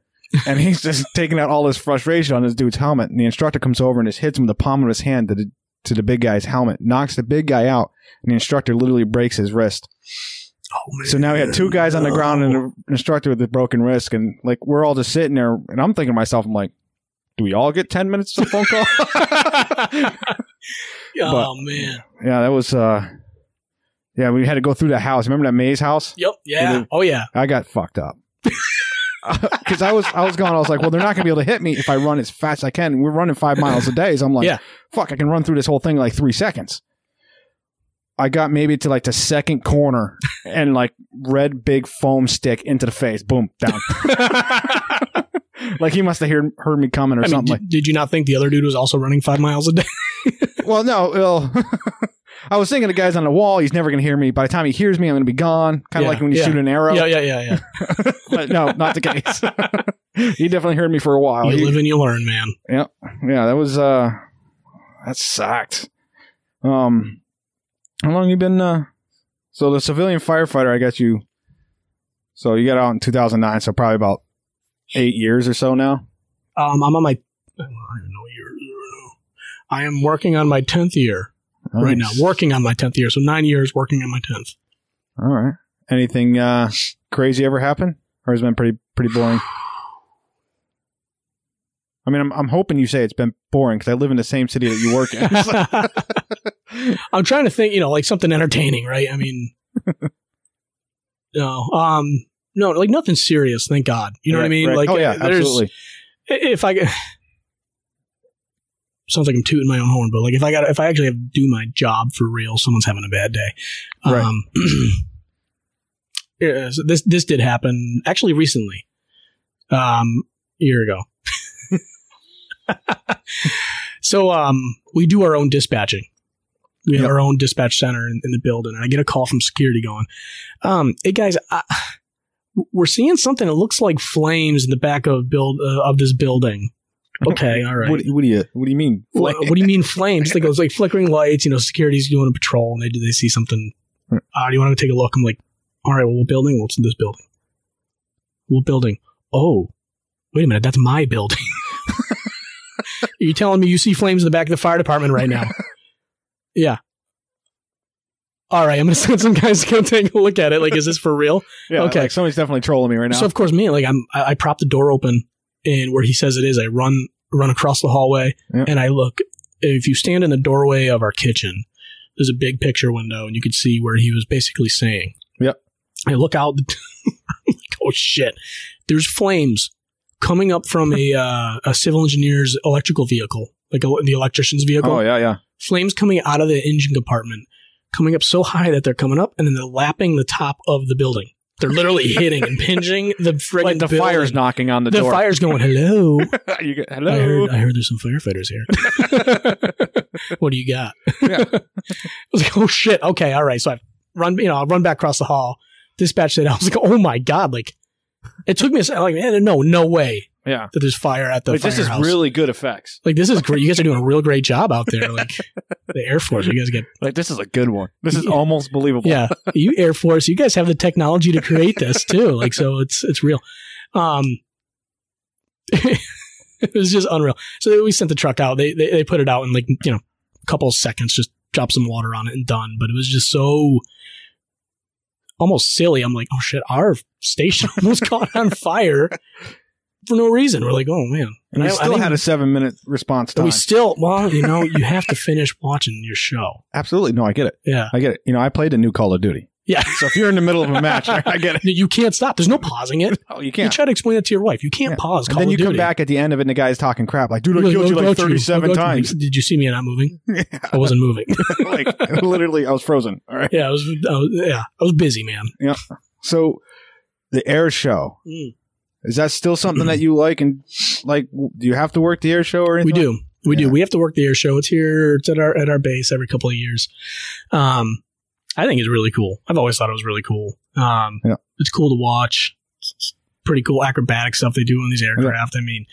[SPEAKER 2] and he's just taking out all his frustration on this dude's helmet. And the instructor comes over and just hits him with the palm of his hand to the, to the big guy's helmet, knocks the big guy out. And the instructor literally breaks his wrist.
[SPEAKER 3] god. Oh man.
[SPEAKER 2] So now we had two guys on the ground and an instructor with a broken wrist, and like we're all just sitting there, and I'm thinking to myself, I'm like, do we all get ten minutes of phone call?
[SPEAKER 3] oh man.
[SPEAKER 2] yeah, that was uh, yeah, we had to go through the house. Remember that Maze house?
[SPEAKER 3] Yep. Yeah. Oh yeah.
[SPEAKER 2] I got fucked up because I was I was going. I was like, well, they're not gonna be able to hit me if I run as fast as I can. We're running five miles a day, so I'm like,
[SPEAKER 3] Yeah.
[SPEAKER 2] fuck, I can run through this whole thing in like three seconds. I got maybe to like the second corner and like red big foam stick into the face, boom, down. like he must have heard heard me coming or
[SPEAKER 3] I mean,
[SPEAKER 2] something.
[SPEAKER 3] did, did you not think the other dude was also running five miles a day?
[SPEAKER 2] like, well, no, well, I was thinking the guy's on the wall. He's never gonna hear me. By the time he hears me, I'm gonna be gone. Kind of
[SPEAKER 3] Yeah,
[SPEAKER 2] like when you
[SPEAKER 3] yeah.
[SPEAKER 2] shoot an arrow.
[SPEAKER 3] yeah, yeah, yeah, yeah.
[SPEAKER 2] But no, not the case. he definitely heard me for a while. He-
[SPEAKER 3] you live and you learn, man.
[SPEAKER 2] yeah, that was uh that sucked. Um how long you been uh so the civilian firefighter I guess you so you got out in 2009 so probably about 8 years or so now.
[SPEAKER 3] Um, I'm on my. I don't even know what year. I don't know. I am working on my tenth year right now.
[SPEAKER 2] Nice.
[SPEAKER 3] Working on my tenth year, so nine years working on my tenth.
[SPEAKER 2] All right. Anything uh crazy ever happen or has it been pretty pretty boring? I mean, I'm, I'm hoping you say it's been boring because I live in the same city that you work in.
[SPEAKER 3] I'm trying to think, you know, like something entertaining, right? I mean, no, um, no, like nothing serious. Thank God. You know what I
[SPEAKER 2] Right,
[SPEAKER 3] mean?
[SPEAKER 2] right.
[SPEAKER 3] Like,
[SPEAKER 2] oh yeah,
[SPEAKER 3] there's-
[SPEAKER 2] absolutely.
[SPEAKER 3] if I sounds like I'm tooting my own horn, but like if I got if I actually have to do my job for real, someone's having a bad day.
[SPEAKER 2] Right.
[SPEAKER 3] Um, yeah, so this this did happen actually recently, um, a year ago. so um, we do our own dispatching. We have
[SPEAKER 2] Yep.
[SPEAKER 3] our own dispatch center in, in the building, and I get a call from security going, um, "Hey guys, I, we're seeing something. It looks like flames in the back of build uh, of this building." Okay, all right.
[SPEAKER 2] What, what do you What do you mean?
[SPEAKER 3] What, what do you mean flames? Like it was like flickering lights. You know, security's doing a patrol, and they they see something. Uh, do you want to take a look? I'm like, all right. Well, what building? What's in this building? What building? Oh, wait a minute. That's my building. Are you telling me you see flames in the back of the fire department right now? yeah. All right. I'm gonna send some guys to go take a look at it. Like, is this for real?
[SPEAKER 2] Yeah,
[SPEAKER 3] Okay.
[SPEAKER 2] like, somebody's definitely trolling me right now. Oh,
[SPEAKER 3] So of course me, like I'm, I, I prop the door open, and where he says it is, I run run across the hallway,
[SPEAKER 2] Yeah.
[SPEAKER 3] and I look. If you stand in the doorway of our kitchen, there's a big picture window, and you could see where he was basically saying.
[SPEAKER 2] Yep.
[SPEAKER 3] I look out. The I'm like, oh shit! There's flames coming up from a uh, a civil engineer's electrical vehicle, like a, the electrician's vehicle
[SPEAKER 2] oh yeah, yeah.
[SPEAKER 3] flames coming out of the engine compartment, coming up so high that they're coming up and then they're lapping the top of the building. They're literally hitting and pinging the friggin'
[SPEAKER 2] Like the
[SPEAKER 3] building.
[SPEAKER 2] fire's knocking on the,
[SPEAKER 3] The,
[SPEAKER 2] door.
[SPEAKER 3] fire's going. Hello,
[SPEAKER 2] you get,
[SPEAKER 3] I
[SPEAKER 2] hello.
[SPEAKER 3] heard. uh, I heard there's some firefighters here. what do you got?
[SPEAKER 2] Yeah.
[SPEAKER 3] I was like, oh shit. Okay, all right. So I run. You know, I run back across the hall. Dispatch said, I was like, oh my god. Like, it took me a second. Like, man, no, no way
[SPEAKER 2] yeah.
[SPEAKER 3] that there's fire at the.
[SPEAKER 2] Like, this is
[SPEAKER 3] firehouse.
[SPEAKER 2] really good effects.
[SPEAKER 3] Like this is great. You guys are doing a real great job out there. Like the Air Force, you guys get
[SPEAKER 2] Like this is a good one. This is
[SPEAKER 3] Yeah.
[SPEAKER 2] almost believable.
[SPEAKER 3] yeah you air force you guys have the technology to create this too like so it's it's real um it was just unreal so they, we sent the truck out they, they they put it out in like you know a couple of seconds just drop some water on it and done but it was just so almost silly i'm like oh shit our station almost caught on fire for no reason we're like oh man
[SPEAKER 2] And we
[SPEAKER 3] I- I
[SPEAKER 2] still
[SPEAKER 3] didn't-
[SPEAKER 2] had a seven minute response
[SPEAKER 3] and
[SPEAKER 2] time.
[SPEAKER 3] we still well you know you have to finish watching your show
[SPEAKER 2] Absolutely. No, I get it.
[SPEAKER 3] yeah
[SPEAKER 2] I get it. You know, I played a new Call of Duty.
[SPEAKER 3] yeah
[SPEAKER 2] So if you're in the middle of a match, I get it.
[SPEAKER 3] you can't stop there's no pausing it
[SPEAKER 2] Oh, you
[SPEAKER 3] You
[SPEAKER 2] can't.
[SPEAKER 3] try to explain that to your wife. You can't
[SPEAKER 2] Yeah.
[SPEAKER 3] pause.
[SPEAKER 2] And
[SPEAKER 3] Call
[SPEAKER 2] then
[SPEAKER 3] of
[SPEAKER 2] you come
[SPEAKER 3] Duty.
[SPEAKER 2] back at the end of it, and the guy's talking crap. Like, dude, I
[SPEAKER 3] Like,
[SPEAKER 2] killed
[SPEAKER 3] "Oh,
[SPEAKER 2] you like
[SPEAKER 3] got you.
[SPEAKER 2] thirty-seven
[SPEAKER 3] Oh, got you."
[SPEAKER 2] times.
[SPEAKER 3] Did you see me not moving? I wasn't moving.
[SPEAKER 2] like, literally, I was frozen. All right.
[SPEAKER 3] yeah, I was, I was. Yeah, I was busy, man.
[SPEAKER 2] So, the air show
[SPEAKER 3] Mm.
[SPEAKER 2] is that still something that you like? And like, w- do you have to work the air show or
[SPEAKER 3] We
[SPEAKER 2] anything?
[SPEAKER 3] do. We
[SPEAKER 2] Yeah.
[SPEAKER 3] do. We have to work the air show. It's here. It's at our at our base every couple of years. Um, I think it's really cool. I've always thought it was really cool. Um,
[SPEAKER 2] Yeah.
[SPEAKER 3] it's cool to watch. It's pretty cool acrobatic stuff they do on these aircraft. I mean,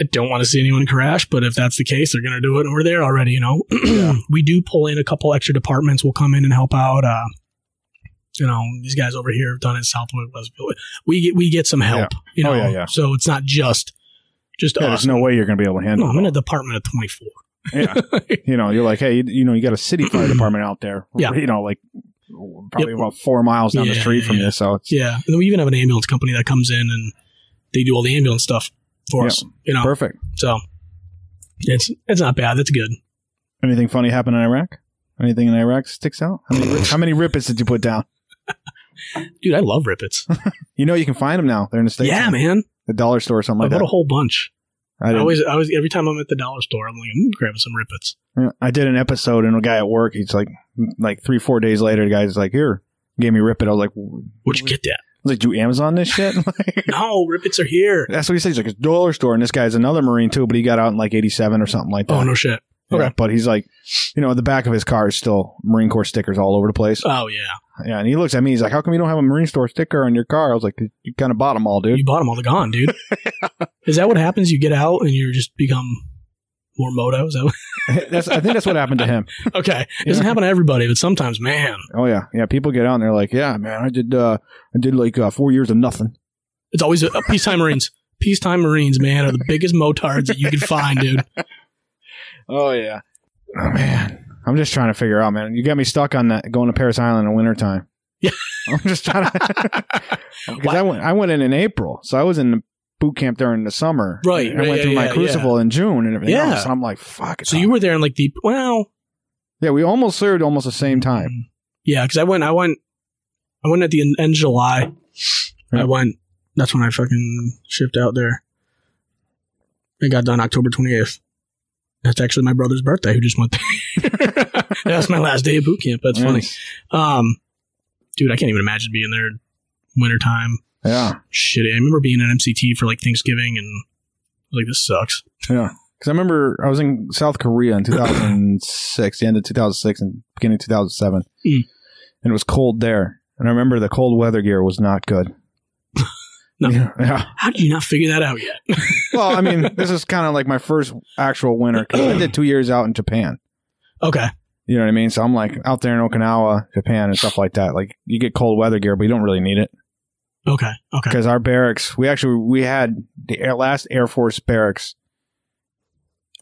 [SPEAKER 3] I don't want to see anyone crash, but if that's the case, they're gonna do it, and we're there already. You know, we do pull in a couple extra departments. We'll come in and help out. Uh, you know, these guys over here have done it. Southwood Westville. We get we get some help. You know,
[SPEAKER 2] Oh, yeah, yeah.
[SPEAKER 3] so it's not just just
[SPEAKER 2] Yeah,
[SPEAKER 3] us.
[SPEAKER 2] there's no way you're going to be able to
[SPEAKER 3] No,
[SPEAKER 2] handle.
[SPEAKER 3] I'm in a
[SPEAKER 2] it.
[SPEAKER 3] department of 24.
[SPEAKER 2] yeah. You know, you're like, hey, you, you know, you got a city fire department out there.
[SPEAKER 3] Yeah.
[SPEAKER 2] You know, like probably about four miles down the
[SPEAKER 3] Yeah,
[SPEAKER 2] street
[SPEAKER 3] yeah,
[SPEAKER 2] from
[SPEAKER 3] yeah.
[SPEAKER 2] you. So it's
[SPEAKER 3] yeah. And then we even have an ambulance company that comes in and they do all the ambulance stuff for
[SPEAKER 2] Yeah.
[SPEAKER 3] us. You know,
[SPEAKER 2] perfect.
[SPEAKER 3] so it's it's not bad. That's good.
[SPEAKER 2] Anything funny happen in Iraq? Anything in Iraq sticks out? How many, how many rippets did you put down?
[SPEAKER 3] Dude, I love rippets.
[SPEAKER 2] You know, you can find them now. They're in the states.
[SPEAKER 3] yeah, man.
[SPEAKER 2] The dollar store or something
[SPEAKER 3] I
[SPEAKER 2] like
[SPEAKER 3] bought a
[SPEAKER 2] that.
[SPEAKER 3] whole bunch.
[SPEAKER 2] Oh I
[SPEAKER 3] I,
[SPEAKER 2] did,
[SPEAKER 3] always, I always, every time I'm at the dollar store, I'm like, I'm grabbing some rippets.
[SPEAKER 2] yeah, I did an episode, and a guy at work, he's like, like three, four days later, the guy's like, here, gave me rippet. I was like, w-
[SPEAKER 3] Where'd you get that?
[SPEAKER 2] I was like, do you Amazon this shit? Like,
[SPEAKER 3] No, rippets are here.
[SPEAKER 2] that's what he says. He's like, it's a dollar store, and this guy's another Marine too, but he got out in like '87 or something like that.
[SPEAKER 3] Oh, no shit.
[SPEAKER 2] Yeah,
[SPEAKER 3] Okay.
[SPEAKER 2] but he's like, you know, the back of his car is still Marine Corps stickers all over the place.
[SPEAKER 3] Oh, yeah.
[SPEAKER 2] Yeah, and he looks at me. He's like, "How come you don't have a Marine Corps sticker on your car?" I was like, "You kind of bought them all, dude."
[SPEAKER 3] You bought them all. They're gone, dude. Is that what happens? You get out and you just become more moto? Is that what-
[SPEAKER 2] that's, I think that's what happened to him.
[SPEAKER 3] okay. It doesn't
[SPEAKER 2] Yeah.
[SPEAKER 3] happen to everybody, but sometimes, man,
[SPEAKER 2] Oh yeah, yeah. People get out and they're like, "Yeah, man, I did, uh, I did like uh, four years of nothing."
[SPEAKER 3] It's always uh, peacetime Marines. Peacetime Marines, man, are the biggest motards that you can find, dude.
[SPEAKER 2] Oh yeah. Oh man, I'm just trying to figure out, man. You got me stuck on that going to Paris Island in wintertime.
[SPEAKER 3] Yeah.
[SPEAKER 2] I'm just trying to because I went I went in in April, so I was in boot camp during the summer.
[SPEAKER 3] Right,
[SPEAKER 2] And I
[SPEAKER 3] right,
[SPEAKER 2] went
[SPEAKER 3] yeah,
[SPEAKER 2] through my
[SPEAKER 3] yeah,
[SPEAKER 2] crucible in June and everything.
[SPEAKER 3] Yeah.
[SPEAKER 2] Else, and I'm like, fuck. It's
[SPEAKER 3] So you were there in like the well,
[SPEAKER 2] yeah, we almost served almost the same time.
[SPEAKER 3] yeah, because I went, I went, I went at the end, end of July.
[SPEAKER 2] Yeah.
[SPEAKER 3] I went. That's when I fucking shipped out there. I got done October twenty eighth. That's actually my brother's birthday, who just went there. That's my last day of boot camp. That's funny,
[SPEAKER 2] Nice.
[SPEAKER 3] um, dude. I can't even imagine being there wintertime.
[SPEAKER 2] Yeah,
[SPEAKER 3] shitty. I remember being at MCT for like Thanksgiving and I was like this sucks.
[SPEAKER 2] yeah. Because I remember I was in South Korea in 2006, the end of 2006 and beginning of 2007.
[SPEAKER 3] Mm.
[SPEAKER 2] And it was cold there. And I remember the cold weather gear was not good.
[SPEAKER 3] No.
[SPEAKER 2] Yeah. yeah.
[SPEAKER 3] How did you not figure that out yet?
[SPEAKER 2] Well, I mean, this is kind of like my first actual winter 'cause I did two years out in Japan.
[SPEAKER 3] Okay.
[SPEAKER 2] You know what I mean? So I'm like out there in Okinawa, Japan, and stuff like that. Like you get cold weather gear, but you don't really need it
[SPEAKER 3] Okay. Okay.
[SPEAKER 2] because our barracks. We actually we had the air, last Air Force barracks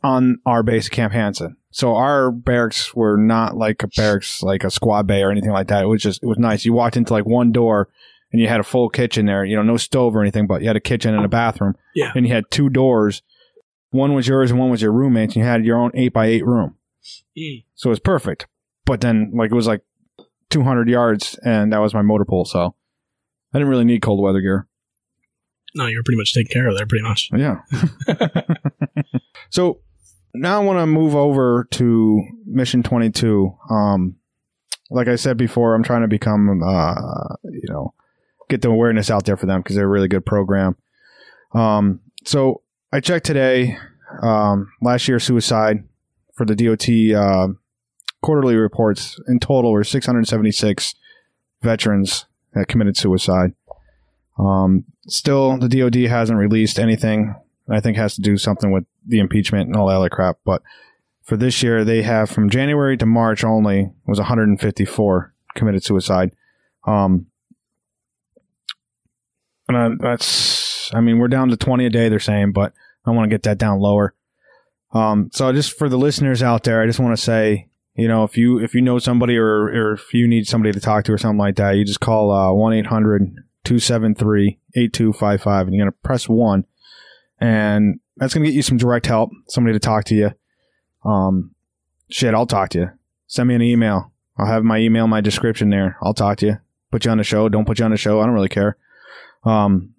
[SPEAKER 2] on our base, at Camp Hansen. So our barracks were not like a barracks, like a squad bay or anything like that. It was just it was nice. You walked into like one door and you had a full kitchen there. You know, no stove or anything, but you had a kitchen and a bathroom.
[SPEAKER 3] Yeah.
[SPEAKER 2] And you had two doors. One was yours and one was your roommate's. And you had your own eight by eight room.
[SPEAKER 3] Mm.
[SPEAKER 2] So it was perfect. But then, like, it was like 200 yards, and that was my motor pool. So I didn't really need cold weather gear.
[SPEAKER 3] No, you're pretty much taken care of there, pretty much.
[SPEAKER 2] Yeah. so now I want to move over to Mission 22. Um, like I said before, I'm trying to become, uh, you know, get the awareness out there for them because they're a really good program. Um, so I checked today, um, last year suicide for the DOT uh, quarterly reports in total were 676 veterans that committed suicide. Um, still, the DOD hasn't released anything. I think has to do something with the impeachment and all that other crap. But for this year, they have from January to March only was 154 committed suicide. Um, and I, that's, I mean, we're down to 20 a day. They're saying, but I want to get that down lower. Um, so just for the listeners out there, I just want to say, you know, if you if you know somebody or or if you need somebody to talk to or something like that, you just call uh, one eight hundred 273 8255 and you're going to press 1 and that's going to get you some direct help somebody to talk to you um, shit i'll talk to you send me an email i'll have my email in my description there i'll talk to you put you on the show don't put you on the show i don't really care um,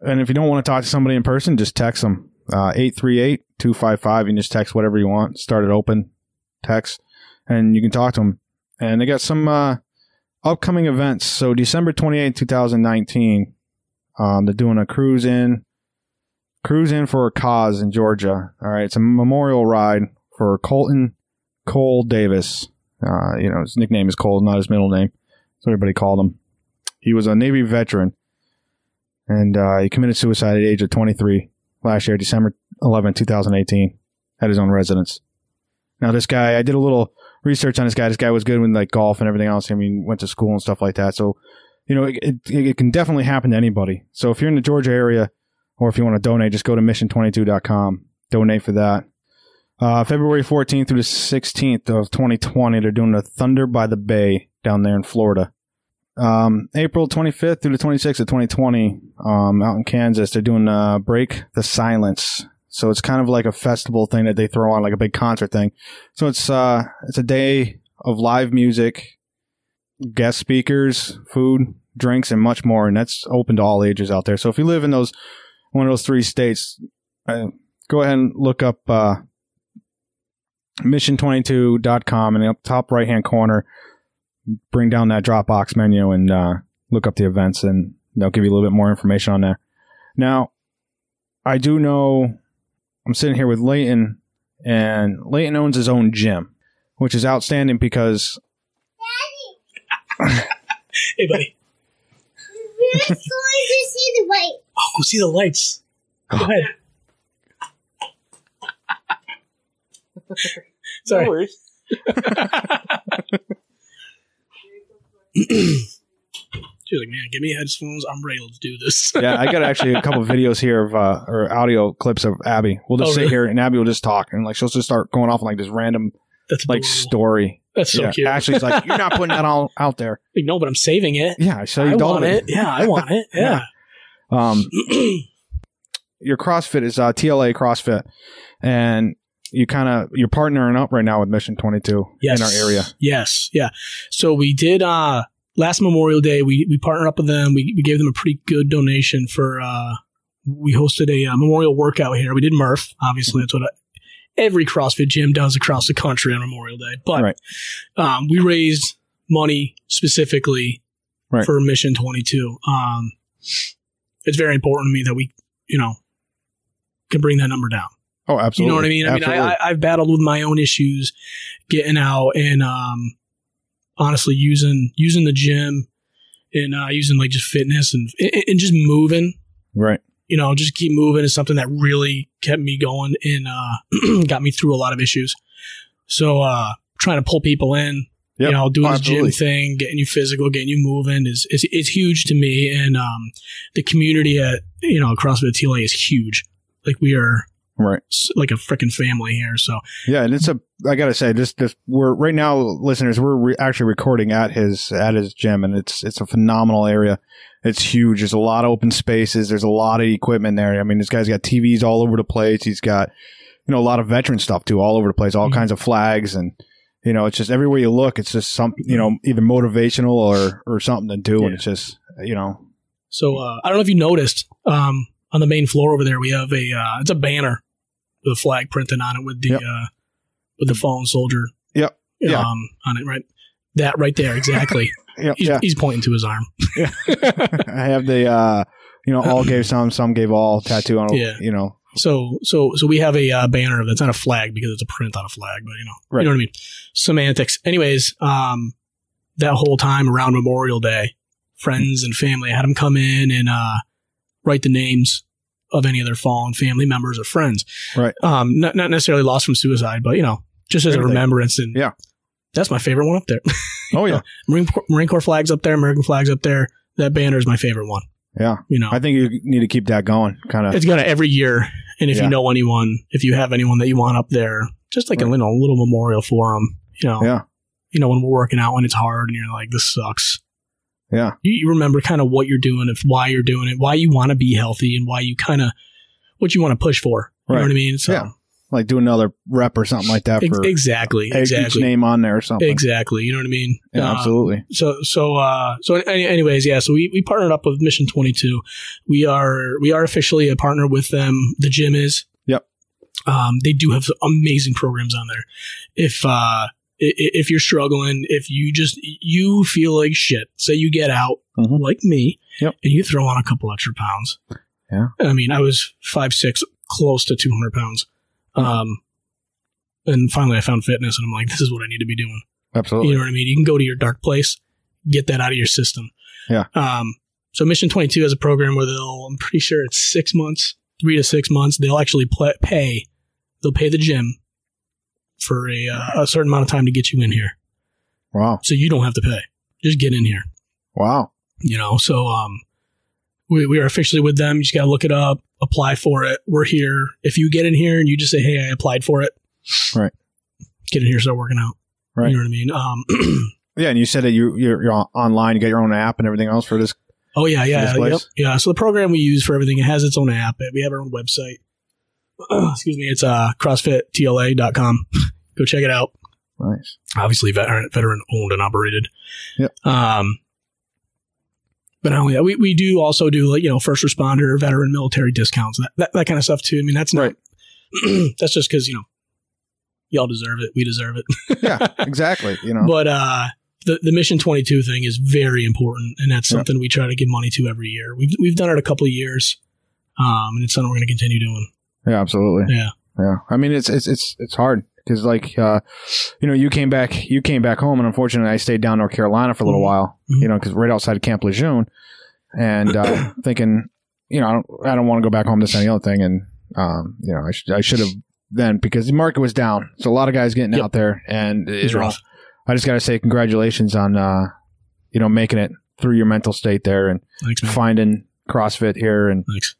[SPEAKER 2] and if you don't want to talk to somebody in person just text them uh, 838-255 you can just text whatever you want start it open text and you can talk to them and they got some uh, upcoming events. So December twenty eighth, 2019, um, they're doing a cruise in, cruise in for a cause in Georgia. All right. It's a memorial ride for Colton Cole Davis. Uh, you know, his nickname is Cole, not his middle name. So everybody called him. He was a Navy veteran and uh, he committed suicide at the age of 23 last year, December 11, 2018, at his own residence. Now, this guy, I did a little research on this guy. This guy was good with like golf and everything else. I mean, went to school and stuff like that. So, you know, it, it, it can definitely happen to anybody. So if you're in the Georgia area or if you want to donate, just go to mission22.com, donate for that. Uh, February 14th through the 16th of 2020, they're doing the Thunder by the Bay down there in Florida. Um, April 25th through the 26th of 2020, um, out in Kansas, they're doing uh, Break the Silence. So it's kind of like a festival thing that they throw on, like a big concert thing. So it's uh it's a day of live music, guest speakers, food, drinks, and much more, and that's open to all ages out there. So if you live in those one of those three states, uh, go ahead and look up uh, mission22.com and up top right hand corner, bring down that Dropbox menu and uh, look up the events, and they'll give you a little bit more information on there. Now, I do know I'm sitting here with Leighton and Leighton owns his own gym, which is outstanding because
[SPEAKER 3] Hey, buddy.
[SPEAKER 4] We're just going to see the light.
[SPEAKER 3] Oh, go see the lights. Go ahead. Sorry. She's like, man, give me headphones. I'm ready to do this.
[SPEAKER 2] yeah, I got actually a couple videos here of uh, or audio clips of Abby. We'll just
[SPEAKER 3] Oh,
[SPEAKER 2] sit
[SPEAKER 3] really?
[SPEAKER 2] here and Abby will just talk and like she'll just start going off on like this random
[SPEAKER 3] That's
[SPEAKER 2] like
[SPEAKER 3] adorable.
[SPEAKER 2] story.
[SPEAKER 3] That's so
[SPEAKER 2] yeah.
[SPEAKER 3] cute.
[SPEAKER 2] Ashley's like, you're not putting that all out there.
[SPEAKER 3] Like, no, but I'm saving it.
[SPEAKER 2] Yeah, I saw
[SPEAKER 3] I
[SPEAKER 2] you
[SPEAKER 3] want
[SPEAKER 2] Dalton.
[SPEAKER 3] it. Yeah, I want it. Yeah.
[SPEAKER 2] Um, your CrossFit is uh, TLA CrossFit, and you kind of you're partnering up right now with Mission 22
[SPEAKER 3] yes.
[SPEAKER 2] in our area.
[SPEAKER 3] Yes. Yeah. So we did uh last Memorial Day we we partnered up with them. We we gave them a pretty good donation for uh we hosted a uh, memorial workout here. We did Murph, obviously that's what I, every CrossFit gym does across the country on Memorial Day. But
[SPEAKER 2] Right.
[SPEAKER 3] um, we raised money specifically
[SPEAKER 2] Right.
[SPEAKER 3] for Mission 22. Um it's very important to me that we, you know, can bring that number down.
[SPEAKER 2] Oh, absolutely.
[SPEAKER 3] You know what I mean? I
[SPEAKER 2] Absolutely.
[SPEAKER 3] mean, I, I, I've battled with my own issues getting out and um, honestly using using the gym and uh, using like just fitness and and and just moving.
[SPEAKER 2] right.
[SPEAKER 3] You know, just keep moving is something that really kept me going and uh, got me through a lot of issues. So uh, trying to pull people in,
[SPEAKER 2] Yep.
[SPEAKER 3] you know, doing
[SPEAKER 2] Oh,
[SPEAKER 3] this
[SPEAKER 2] absolutely.
[SPEAKER 3] gym thing, getting you physical, getting you moving is is, is huge to me. And um, the community at you know CrossFit TLA is huge. Like we are
[SPEAKER 2] Right.
[SPEAKER 3] s- like a freaking family here. So
[SPEAKER 2] Yeah, and it's a. I gotta say, just this we're right now, listeners. We're re- actually recording at his at his gym, and it's it's a phenomenal area. It's huge. There's a lot of open spaces. There's a lot of equipment there. I mean, this guy's got TVs all over the place. He's got you know a lot of veteran stuff too, all over the place. All
[SPEAKER 3] Mhm.
[SPEAKER 2] kinds of flags, and you know, it's just everywhere you look, it's just some you know either motivational or or something to do, and
[SPEAKER 3] Yeah.
[SPEAKER 2] it's just you know
[SPEAKER 3] so uh, I don't know if you noticed um, on the main floor over there we have a uh, it's a banner with a flag printed on it with the
[SPEAKER 2] Yep.
[SPEAKER 3] uh, with the fallen soldier.
[SPEAKER 2] Yep. Yeah.
[SPEAKER 3] Um, on it right. That right there, exactly.
[SPEAKER 2] yeah
[SPEAKER 3] He's,
[SPEAKER 2] yeah.
[SPEAKER 3] he's pointing to his arm.
[SPEAKER 2] I have the uh you know all gave some, some gave all tattoo on
[SPEAKER 3] Yeah.
[SPEAKER 2] you know
[SPEAKER 3] So, so, so we have a uh, banner that's not a flag because it's a print on a flag, but you know,
[SPEAKER 2] Right.
[SPEAKER 3] you know what I mean. Semantics. Anyways, um, that whole time around Memorial Day, friends and family I had them come in and uh, write the names of any of their fallen family members or friends.
[SPEAKER 2] Right.
[SPEAKER 3] Um, not not necessarily lost from suicide, but you know, just as a
[SPEAKER 2] Everything.
[SPEAKER 3] remembrance. And
[SPEAKER 2] Yeah.
[SPEAKER 3] that's my favorite one up there.
[SPEAKER 2] oh yeah.
[SPEAKER 3] Marine Corps, Marine Corps flags up there, American flags up there. That banner is my favorite one.
[SPEAKER 2] Yeah.
[SPEAKER 3] You know,
[SPEAKER 2] I think you need to keep that going. Kind of.
[SPEAKER 3] it's got to every year. And if
[SPEAKER 2] Yeah.
[SPEAKER 3] you know anyone, if you have anyone that you want up there, just like a
[SPEAKER 2] Right.
[SPEAKER 3] little, little memorial for them, you know,
[SPEAKER 2] Yeah.
[SPEAKER 3] you know, when we're working out, when it's hard and you're like, this sucks.
[SPEAKER 2] Yeah.
[SPEAKER 3] You, you remember kind of what you're doing, if why you're doing it, why you want to be healthy and why you kind of, what you want to push for. You know
[SPEAKER 2] Right.
[SPEAKER 3] what I mean? So
[SPEAKER 2] Yeah, Like do another rep or something like that
[SPEAKER 3] ex-
[SPEAKER 2] for
[SPEAKER 3] exactly,
[SPEAKER 2] each
[SPEAKER 3] exactly,
[SPEAKER 2] name on there or something.
[SPEAKER 3] exactly. You know what I mean?
[SPEAKER 2] Yeah,
[SPEAKER 3] Uh,
[SPEAKER 2] absolutely.
[SPEAKER 3] so so uh so any, anyways yeah so we, we partnered up with mission 22 we are we are officially a partner with them the gym is
[SPEAKER 2] Yep.
[SPEAKER 3] um they do have amazing programs on there if uh i- i- if you're struggling if you just you feel like shit say you get out
[SPEAKER 2] Mhm.
[SPEAKER 3] like me
[SPEAKER 2] Yep.
[SPEAKER 3] and you throw on a couple extra pounds
[SPEAKER 2] Yeah.
[SPEAKER 3] i mean i was five six close to 200 pounds um and finally i found fitness and i'm like this is what i need to be doing
[SPEAKER 2] Absolutely.
[SPEAKER 3] you know what I mean? You can go to your dark place, get that out of your system.
[SPEAKER 2] Yeah.
[SPEAKER 3] Um, so Mission 22 has a program where they'll, I'm pretty sure it's six months, three to six months. They'll actually pla pay, they'll pay the gym for a, uh, a certain amount of time to get you in here.
[SPEAKER 2] wow.
[SPEAKER 3] So you don't have to pay. Just get in here,
[SPEAKER 2] Wow.
[SPEAKER 3] you know? So, um, we, we are officially with them. You just got to look it up, apply for it. We're here. If you get in here and you just say, Hey, I applied for it.
[SPEAKER 2] Right.
[SPEAKER 3] Get in here, start working out.
[SPEAKER 2] Right.
[SPEAKER 3] You know what I mean? Um,
[SPEAKER 2] Yeah, and you said that you you're, you're on- online, you got your own app and everything else for this.
[SPEAKER 3] Oh yeah,
[SPEAKER 2] this
[SPEAKER 3] yeah,
[SPEAKER 2] place?
[SPEAKER 3] yep, yeah. So the program we use for everything it has its own app. We have our own website. Excuse me, it's uh, CrossFitTLA.com. Go check it out.
[SPEAKER 2] Nice.
[SPEAKER 3] Obviously, veteran veteran owned and operated.
[SPEAKER 2] Yep.
[SPEAKER 3] Um, but not only that, we, we do also do like you know first responder, veteran, military discounts, that that, that kind of stuff too. I mean, that's not. that's just because you know, y'all deserve it. We deserve it.
[SPEAKER 2] Yeah. Exactly. You know.
[SPEAKER 3] But uh, the the Mission Twenty Two thing is very important, and that's
[SPEAKER 2] Yeah.
[SPEAKER 3] something we try to give money to every year. We've we've done it a couple of years, um, and it's something we're going to continue doing.
[SPEAKER 2] yeah. Absolutely.
[SPEAKER 3] Yeah,
[SPEAKER 2] Yeah. I mean, it's it's it's it's hard because like uh, you know, you came back you came back home, and unfortunately, I stayed down North Carolina for a little
[SPEAKER 3] Mhm.
[SPEAKER 2] while.
[SPEAKER 3] Mhm.
[SPEAKER 2] You know, because right outside Camp Lejeune, and uh, thinking, you know, I don't I don't want to go back home to any other thing, and um, you know, I should I should have then because the market was down, so a lot of guys getting
[SPEAKER 3] Yep.
[SPEAKER 2] out there, and uh, you
[SPEAKER 3] it's
[SPEAKER 2] know,
[SPEAKER 3] rough.
[SPEAKER 2] I just got to say congratulations on uh, you know making it through your mental state there and
[SPEAKER 3] Thanks, man.
[SPEAKER 2] finding CrossFit here and
[SPEAKER 3] Thanks.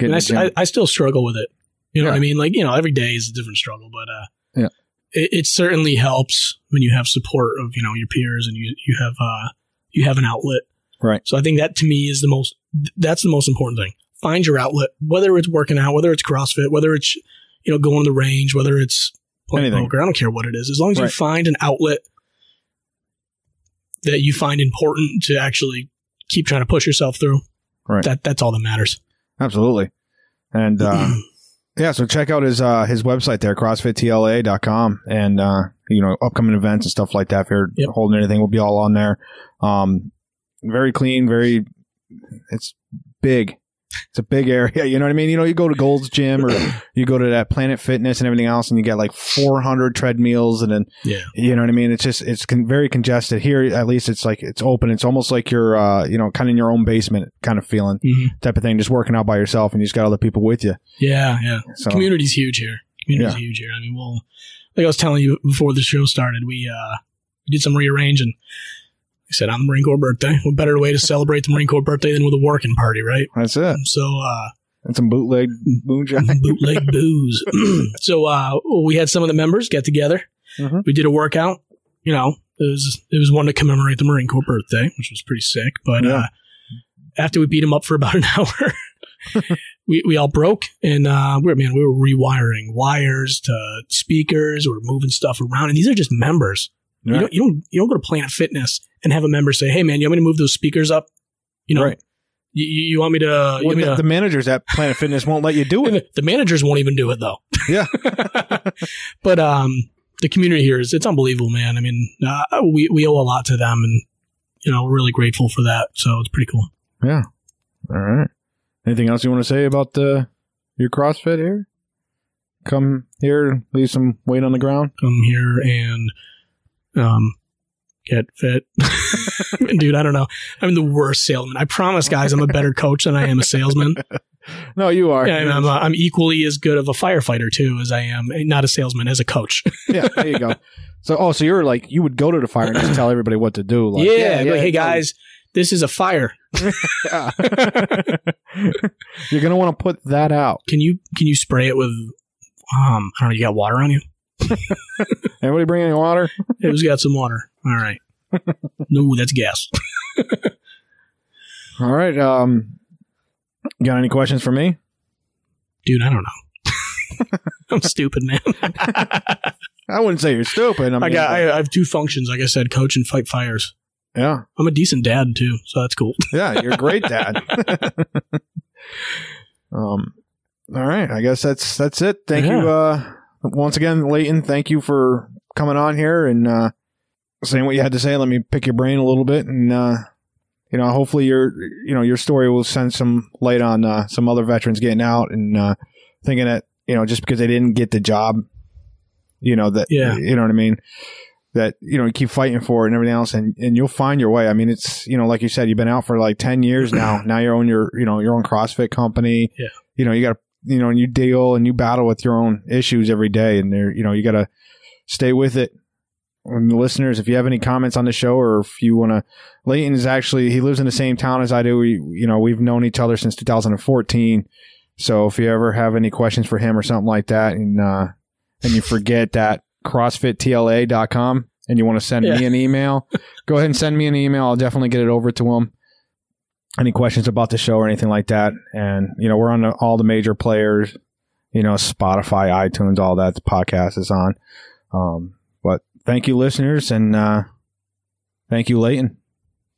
[SPEAKER 2] getting
[SPEAKER 3] And I,
[SPEAKER 2] the gym.
[SPEAKER 3] s- I- I still struggle with it. You know what
[SPEAKER 2] Yeah.
[SPEAKER 3] I mean? Like you know, every day is a different struggle, but uh,
[SPEAKER 2] Yeah.
[SPEAKER 3] it, it certainly helps when you have support of you know your peers and you you have uh you have an outlet.
[SPEAKER 2] Right.
[SPEAKER 3] So I think that to me is the most th- that's the most important thing. Find your outlet, whether it's working out, whether it's CrossFit, whether it's you know going to the range, whether it's playing
[SPEAKER 2] Anything.
[SPEAKER 3] poker. I don't care what it is, as long as
[SPEAKER 2] Right.
[SPEAKER 3] you find an outlet that you find important to actually keep trying to push yourself through.
[SPEAKER 2] Right.
[SPEAKER 3] That that's all that matters.
[SPEAKER 2] absolutely and uh, yeah so check out his uh, his website there crossfittla.com and uh, you know upcoming events and stuff like that if you're
[SPEAKER 3] Yep.
[SPEAKER 2] holding anything will be all on there um, very clean very it's big It's a big area. You know what I mean? You know, you go to Gold's Gym or you go to that Planet Fitness and everything else, and you get like 400 treadmills, and then
[SPEAKER 3] Yeah.
[SPEAKER 2] you know what I mean. It's just it's con- very congested here. At least it's like it's open. It's almost like you're uh, you know kind of in your own basement kind of feeling
[SPEAKER 3] Mhm.
[SPEAKER 2] type of thing, just working out by yourself, and you just got other people with you.
[SPEAKER 3] Yeah. Yeah.
[SPEAKER 2] So
[SPEAKER 3] Community's huge here. Community's
[SPEAKER 2] Yeah.
[SPEAKER 3] huge here. I mean, well, like I was telling you before the show started, we uh, did some rearranging. I said on the Marine Corps birthday, what better way to celebrate the Marine Corps birthday than with a working party, right?
[SPEAKER 2] that's it.
[SPEAKER 3] So uh,
[SPEAKER 2] And some bootleg moonshine.
[SPEAKER 3] bootleg booze. so uh, we had some of the members get together.
[SPEAKER 2] Mhm.
[SPEAKER 3] We did a workout. You know, it was it was one to commemorate the Marine Corps birthday, which was pretty sick. But
[SPEAKER 2] Yeah.
[SPEAKER 3] uh, after we beat him up for about an hour, we, we all broke, and uh, we were man, we were rewiring wires to speakers. We were moving stuff around, and these are just members.
[SPEAKER 2] Yeah.
[SPEAKER 3] You don't you don't you don't go to Planet Fitness and have a member say, "Hey man, you want me to move those speakers up?" You know,
[SPEAKER 2] Right.
[SPEAKER 3] you, you you want me to? you
[SPEAKER 2] Well,
[SPEAKER 3] want me
[SPEAKER 2] the,
[SPEAKER 3] to
[SPEAKER 2] the managers at Planet Fitness won't let you do
[SPEAKER 3] and
[SPEAKER 2] it.
[SPEAKER 3] the, the managers won't even do it though.
[SPEAKER 2] Yeah.
[SPEAKER 3] but um, the community here is it's unbelievable, man. I mean, uh, we we owe a lot to them, and you know, we're really grateful for that. So it's pretty cool.
[SPEAKER 2] All right. Anything else you want to say about the your CrossFit here? Come here, leave some weight on the ground.
[SPEAKER 3] Come here and um, get fit, dude. I don't know. I'm the worst salesman. I promise, guys, I'm a better coach than I am a salesman.
[SPEAKER 2] No, you are.
[SPEAKER 3] Yeah, I'm, I'm, uh, I'm equally as good of a firefighter too as I am not a salesman as a coach.
[SPEAKER 2] yeah, there you go. So, oh, so you're like you would go to the fire and just tell everybody what to do. Like,
[SPEAKER 3] yeah, I'd be like, hey guys, this is a fire.
[SPEAKER 2] yeah." you're gonna want to put that out.
[SPEAKER 3] can you can you spray it with um I don't know, you got water on you?
[SPEAKER 2] Everybody bring any water?
[SPEAKER 3] It was got some water. All right. no, that's gas.
[SPEAKER 2] All right. Um, got any questions for me?
[SPEAKER 3] Dude, I don't know. I'm stupid, man.
[SPEAKER 2] I wouldn't say you're stupid. I, mean,
[SPEAKER 3] I got I, I have two functions, like I said, coach and fight fires.
[SPEAKER 2] yeah,
[SPEAKER 3] I'm a decent dad too, so that's cool.
[SPEAKER 2] yeah. You're a great dad. um, all right. I guess that's that's it. Thank you.
[SPEAKER 3] Yeah.
[SPEAKER 2] Uh, once again, Leighton. Thank you for coming on here and uh, saying what you had to say. Let me pick your brain a little bit, and uh, you know, hopefully your you know your story will send some light on uh, some other veterans getting out and uh, thinking that you know just because they didn't get the job, you know that
[SPEAKER 3] Yeah.
[SPEAKER 2] you know what I mean. That you know, you keep fighting for it and everything else, and, and you'll find your way. I mean, it's you know, like you said, you've been out for like ten years now. now you're on your you know your own CrossFit company.
[SPEAKER 3] Yeah.
[SPEAKER 2] You know, you got to you know, and you deal and you battle with your own issues every day, and there, you know, you got to stay with it. And the listeners, if you have any comments on the show, or if you want to, Leighton is actually he lives in the same town as I do. We, you know, we've known each other since 2014. So if you ever have any questions for him or something like that, and uh, and you forget that CrossFitTLA.com, and you want to send
[SPEAKER 3] Yeah.
[SPEAKER 2] me an email, go ahead and send me an email. I'll definitely get it over to him any questions about the show or anything like that. And you know, we're on the, all the major players, you know, Spotify, iTunes, all that. The podcast is on. Um, but thank you, listeners, and uh, thank you, Leighton,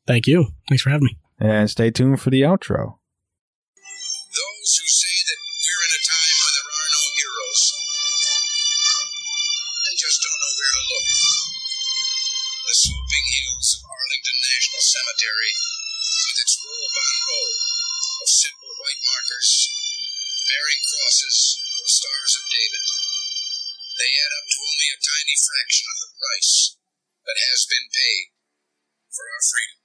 [SPEAKER 3] Thank you. Thanks for having me.
[SPEAKER 2] and stay tuned for the outro.
[SPEAKER 1] Those who say that we're in a time when there are no heroes, they just don't know where to look. The sloping hills of Arlington National Cemetery, with its row upon row of simple white markers bearing crosses or stars of David, they add up to only a tiny fraction of the price that has been paid for our freedom.